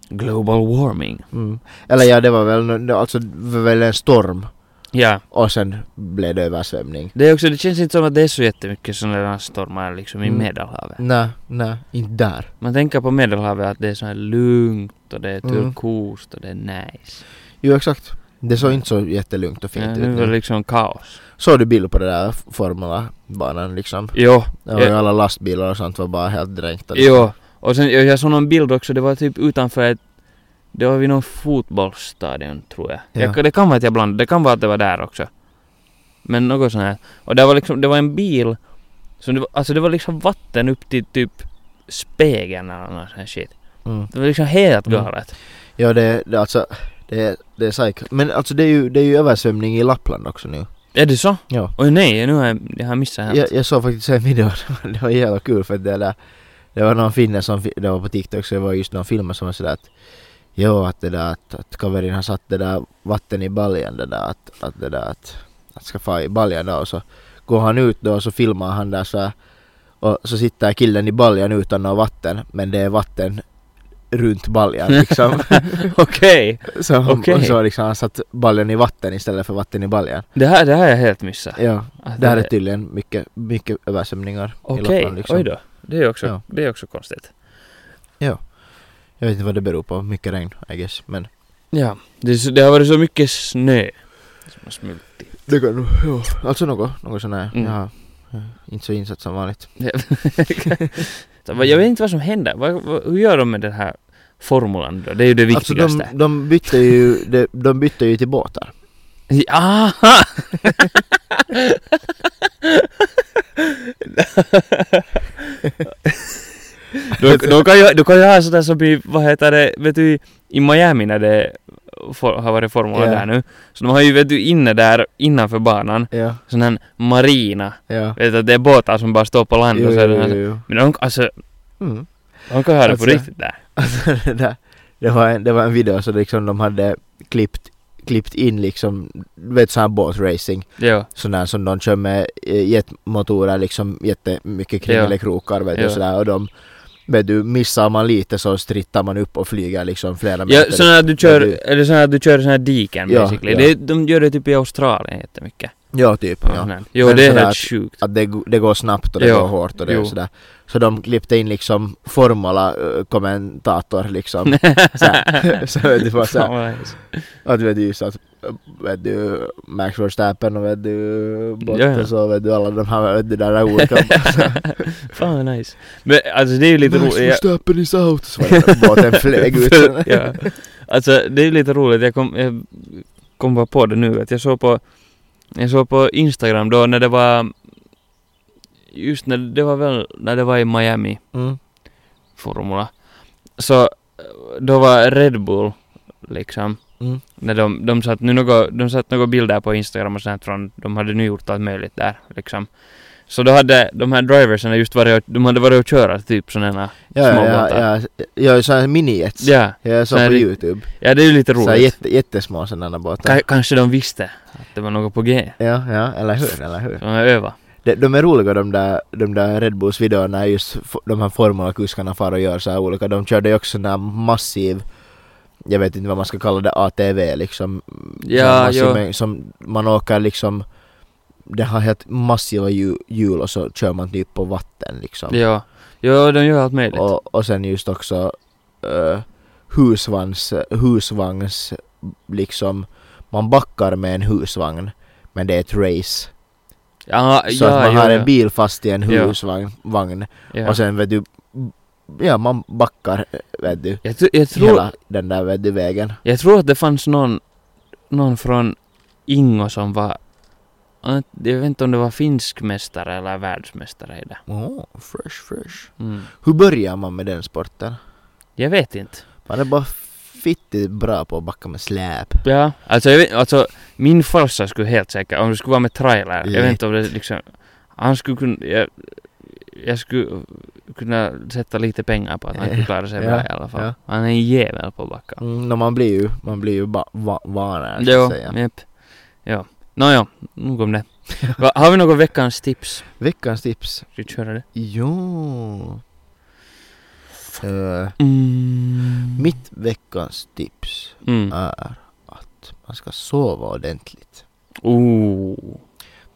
Global warming.
Mm. Eller ja, det var väl, nå- alltså, det var väl en storm
Ja.
och sen blev det översvämning.
Det är också, det känns inte som att det är så jättemycket sådana här stormar liksom i
Mm.
Medelhavet.
Nej, nej, inte där.
Man tänker på Medelhavet att det är så här lugnt och det är
Mm.
turkost och det är nice.
Jo exakt. Det såg inte så jättelugnt och
Ja,
fint
nu
ut.
var det
nu.
liksom kaos.
Såg du bild på den där formulabanan liksom?
Jo,
Det var ju
Ja.
alla lastbilar och sånt var bara helt dränkta. liksom.
jo. Och sen, jag jag såg någon bild också, det var typ utanför ett... Det var vid någon fotbollsstadion tror jag.
Ja.
jag det kan vara att jag blandade, det kan vara att det var där också. Men något sånt här. Och där var liksom, det var en bil som det var, alltså det var liksom vatten upp till typ spegeln eller något sånt här shit.
Mm.
Det var liksom helt
Mm.
galet.
Ja det, det alltså, det, det är psycho. Men alltså det är ju, det är ju översvämning i Lappland också nu.
Är det så?
Ja.
Oj nej, nu har jag, jag har missat helt.
Jag, jag såg faktiskt en video, *laughs* det var jävla kul för att det där, det var någon finne som, fi- det var på TikTok så det var just någon film som var sådär att Jo att det där att, att kaverin har satt det där vatten i baljan det där att, att det där att, att ska fara i baljan då och så går han ut då och så filmar han där så här, och så sitter killen i baljan utan något vatten men det är vatten runt baljan liksom.
*laughs* Okej.
så, han-
Okej.
och så liksom han satt baljan i vatten istället för vatten i baljan.
Det här, det här har jag helt missat.
Ja,
Att
det här är tydligen mycket, mycket översvämningar i
Okej,
Lappland liksom.
oj då. Det är också,
Ja.
det är också konstigt.
Jag vet inte vad det beror på, mycket regn I guess. Men
Ja, det, är så- det har varit så mycket snö som har smultit.
det kan nog, jo. Alltså något, något sånt här.
Mm.
Ja. Inte så insatt som vanligt.
Så vad- Jag vet inte vad som händer. Vad, vad, hur gör de med den här formulan då? Det är ju det
Alltså
viktigaste.
de, de bytte ju, de, de bytte ju till båtar.
*laughs* Aha! då, då, kan jag, då kan jag ha sådär som i, vad heter det, vet du, i- i Miami när det for, har varit formula
Ja.
där nu. Så de har ju, vet du, inne där, innanför banan,
Ja,
sån här marina.
ja.
Vet du, att det är båtar som bara står på land
Jo,
och så är det
jo,
här-
jo, jo.
Men de, alltså,
Mm. *laughs*
de kan ha det
Alltså-
på riktigt där.
det, där, det, var en, det var en video så liksom de hade klippt, klippt in liksom, du vet sån här båtracing.
Ja.
Sån där som de kör med eh, jetmotorer liksom jättemycket kringelikrokar vet du
Ja.
och sådär. Och de, vet du, missar man lite så strittar man upp och flyger liksom flera
Ja,
meter
sådana att du kör,
Men du-
eller sådana att du kör såna här diken
Ja,
basically.
ja.
Det, de gör det typ i Australien jättemycket.
Ja, typ. Ja.
Ja. Jo,
Men
det är
sådär
helt
att- *laughs*
sjukt.
Att det, g- det går snabbt och det
Ja.
går hårt och det är
Jo.
sådär. Så de klippte in liksom formula-kommentator
*laughs*
liksom. så, här. så vet du bara så
Fan
här,
vad hemskt.
Att vet du just att äh, vet du Max Verstappen och vet du
Ja, ja.
Bottas och vet du alla de här vet du där
*laughs*
där olika.
Fan vad nice. Men alltså det är ju lite
Max
roligt.
Verstappen is out! Så var det, båten flög ut.
*laughs* ja. Alltså det är ju lite roligt. Jag kom, jag kom bara på det nu att jag såg på jag såg på Instagram då när det var just när det var väl när det var i Miami
Mm.
Formula. Så då var Red Bull liksom
Mm.
när de, de satt nu något, de satt några bilder på Instagram och sånt från, de hade nu gjort allt möjligt där liksom. Så då hade de här driversarna just varit och, de hade varit och köra typ sådana här,
Ja,
Små
ja, ja,
båtar.
ja. Jag såg minijets.
ja,
Jag
Så
såg
här
på
ri-
Youtube.
ja det är ju lite
Så här
roligt.
jätte, jättesmå sådana båtar.
Ka- kanske de visste att det var något på G.
Ja, ja, eller hur, eller hur.
Så de övade.
De, de är roliga de där, de där Red Bulls videorna just f- de här formulakuskarna far och gör så här olika. De körde ju också sån här massiv jag vet inte vad man ska kalla det, ATV liksom.
Ja,
Sån här massiv
jo.
mäng- som man åker liksom det har helt massiva hju- hjul och så kör man typ på vatten liksom.
Ja. ja, de gör allt möjligt.
Och, och sen just också eh, husvagns, husvagns liksom man backar med en husvagn men det är ett race
Ja,
Så
Ah, ja,
att man
jo,
har en
ja.
bil fast i en
Ja.
husvagn vagn,
Ja.
och sen vet du Ja man backar vet du
jag, tr- jag, tror,
hela den där vet du, vägen.
jag tror att det fanns någon, någon från Ingo som var ant- jag vet inte om det var finsk mästare eller världsmästare i det.
Oh, fresh fresh.
Mm.
Hur börjar man med den sporten?
Jag vet inte.
Man är bara fittigt bra på att backa med släp.
Ja, alltså, jag vet, alltså min farsa skulle helt säkert, om det skulle vara med trailer, jag vet inte om det liksom, han skulle kunna, jag, jag skulle kunna sätta lite pengar på att han skulle klara sig
Ja,
bra i alla fall.
ja.
Han är en jävel på att backa.
Mm, no, man blir ju, man blir ju ba, va, vanare så
Jo,
att säga.
japp. Ja. Nåja, nog
*laughs*
om det. Va, har vi något veckans tips?
Veckans tips.
Ska vi köra det?
Jo. Eh,
Mm.
mitt veckans tips
Mm.
är att man ska sova ordentligt.
Oh.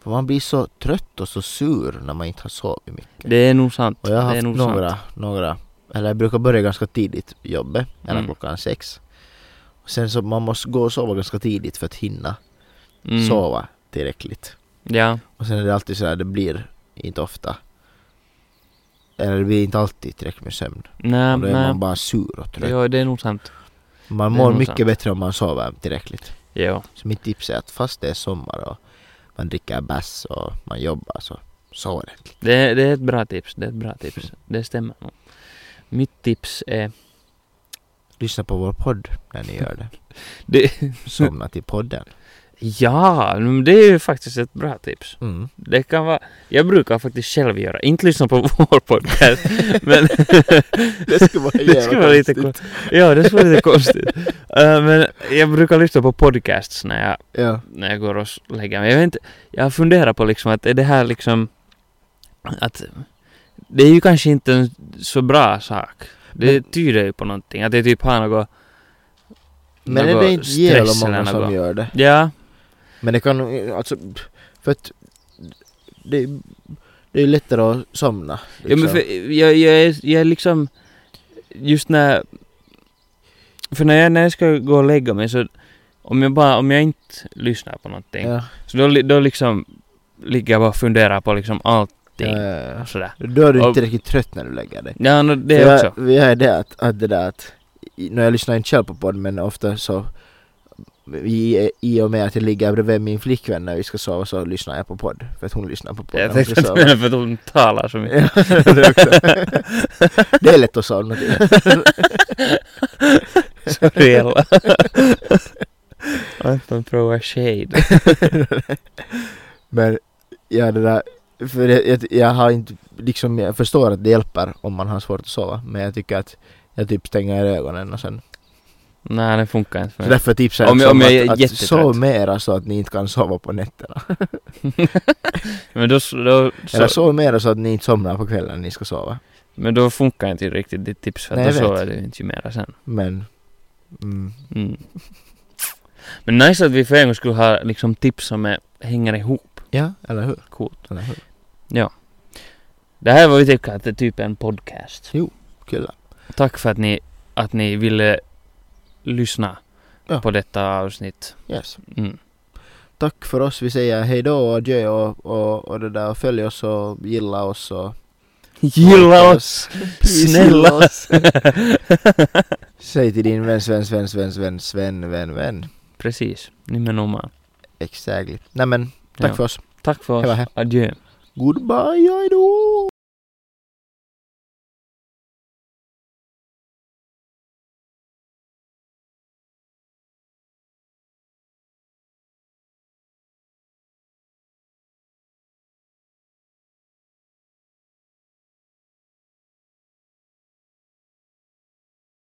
För man blir så trött och så sur när man inte har sovit mycket.
Det är nog sant.
Och jag har
det är
haft
nog
några, några, eller jag brukar börja ganska tidigt jobbet, eller
Mm.
klockan sex. Och sen så man måste gå och sova ganska tidigt för att hinna
Mm.
sova tillräckligt.
Ja.
Och sen är det alltid så här, det blir inte ofta. Eller det blir inte alltid tillräckligt med sömn.
Nej,
och då är
nej.
man bara sur och trött.
Ja, det är nog sant.
Man
det är
mår
nog
mycket
sant.
bättre om man sover tillräckligt.
Ja.
Så mitt tips är att fast det är sommar och man dricker bärs och man jobbar så sov ordentligt.
Det, det är ett bra tips, det är ett bra tips. Det stämmer nog. Mitt tips är...
Lyssna på vår podd när ni
*laughs*
gör det.
Det,
Somna till podden.
ja, men det är ju faktiskt ett bra tips.
Mm.
Det kan vara... Jag brukar faktiskt själv göra, inte lyssna på *laughs* vår
*laughs*
podcast, men...
Det skulle vara,
det skulle vara lite konstigt. Ja, det skulle vara lite konstigt. Eh, men jag brukar lyssna på podcasts när jag,
Ja.
när jag går och s- lägger mig. Jag vet inte, jag funderar på liksom att är det här liksom... Att... Det är ju kanske inte en så bra sak. Det tyder ju på någonting, att det typ har något...
Men är
något
det inte jävla
stress
många
eller
som
något.
gör det?
Ja,
Men det kan nog- alltså, för att det, det är lättare att somna.
ja men
liksom.
för, jag, jag, är, jag är liksom... Just när... För när jag, när jag ska gå och lägga mig så... Om jag bara, om jag inte lyssnar på någonting.
Ja,
Så då, li- då liksom ligger jag bara och funderar på liksom allting.
ja, ja, ja.
Och sådär.
Då är du
Och-
inte riktigt trött när du lägger dig.
Ja, no, det
För
också.
Jag, vi är det att, att det där att, i- när jag lyssnar inte själv på podd men ofta så i, I och med att jag ligger bredvid min flickvän när vi ska sova så lyssnar jag på podd. För att hon lyssnar på podd
Jag
när hon ska
tänkte att du
sova.
menar för att hon talar så mycket.
Ja, det, också. *laughs* det är lätt att
*laughs*
somna till.
Sorry
*laughs*
Ella. Anton provar shade.
Men ja, det där, för jag, jag, jag har inte, liksom jag förstår att det hjälper om man har svårt att sova men jag tycker att jag typ stänger ögonen och sen
Nej, det funkar inte för
Så
mig.
därför tipsar jag
Om jag-
också
om jag är
att, att
jättetrött.
sov mera så att ni inte kan sova på nätterna.
Men då, s- då, så,
Eller sov mera så att ni inte somnar på kvällen när ni ska sova.
men då funkar inte riktigt ditt tips för att då
Nej, jag vet.
sover du inte ju mera sen.
Men mm,
Mm. Men nice att vi för en gång skulle ha liksom tips som är, hänger ihop.
ja, eller hur?
Coolt.
Eller hur?
Det här är vad vi tycker att det är typ en podcast.
Kul.
Tack för att ni, att ni ville lyssna
Ja.
på detta avsnitt.
Yes.
Mm.
Tack för oss. Vi säger hej då och adjö och, och, och det där. Följ oss och gilla oss och
Gilla *laughs* oss! Snälla!
Gilla
*laughs*
oss. Säg till din vän, Sven, Sven, Sven, Sven, Sven, vän, vän.
Precis, nimenomaan.
Exactly. Nej men, tack
Ja.
för oss.
Tack för
Hej då,
oss.
hej.
Adjö.
Goodbye, hej då!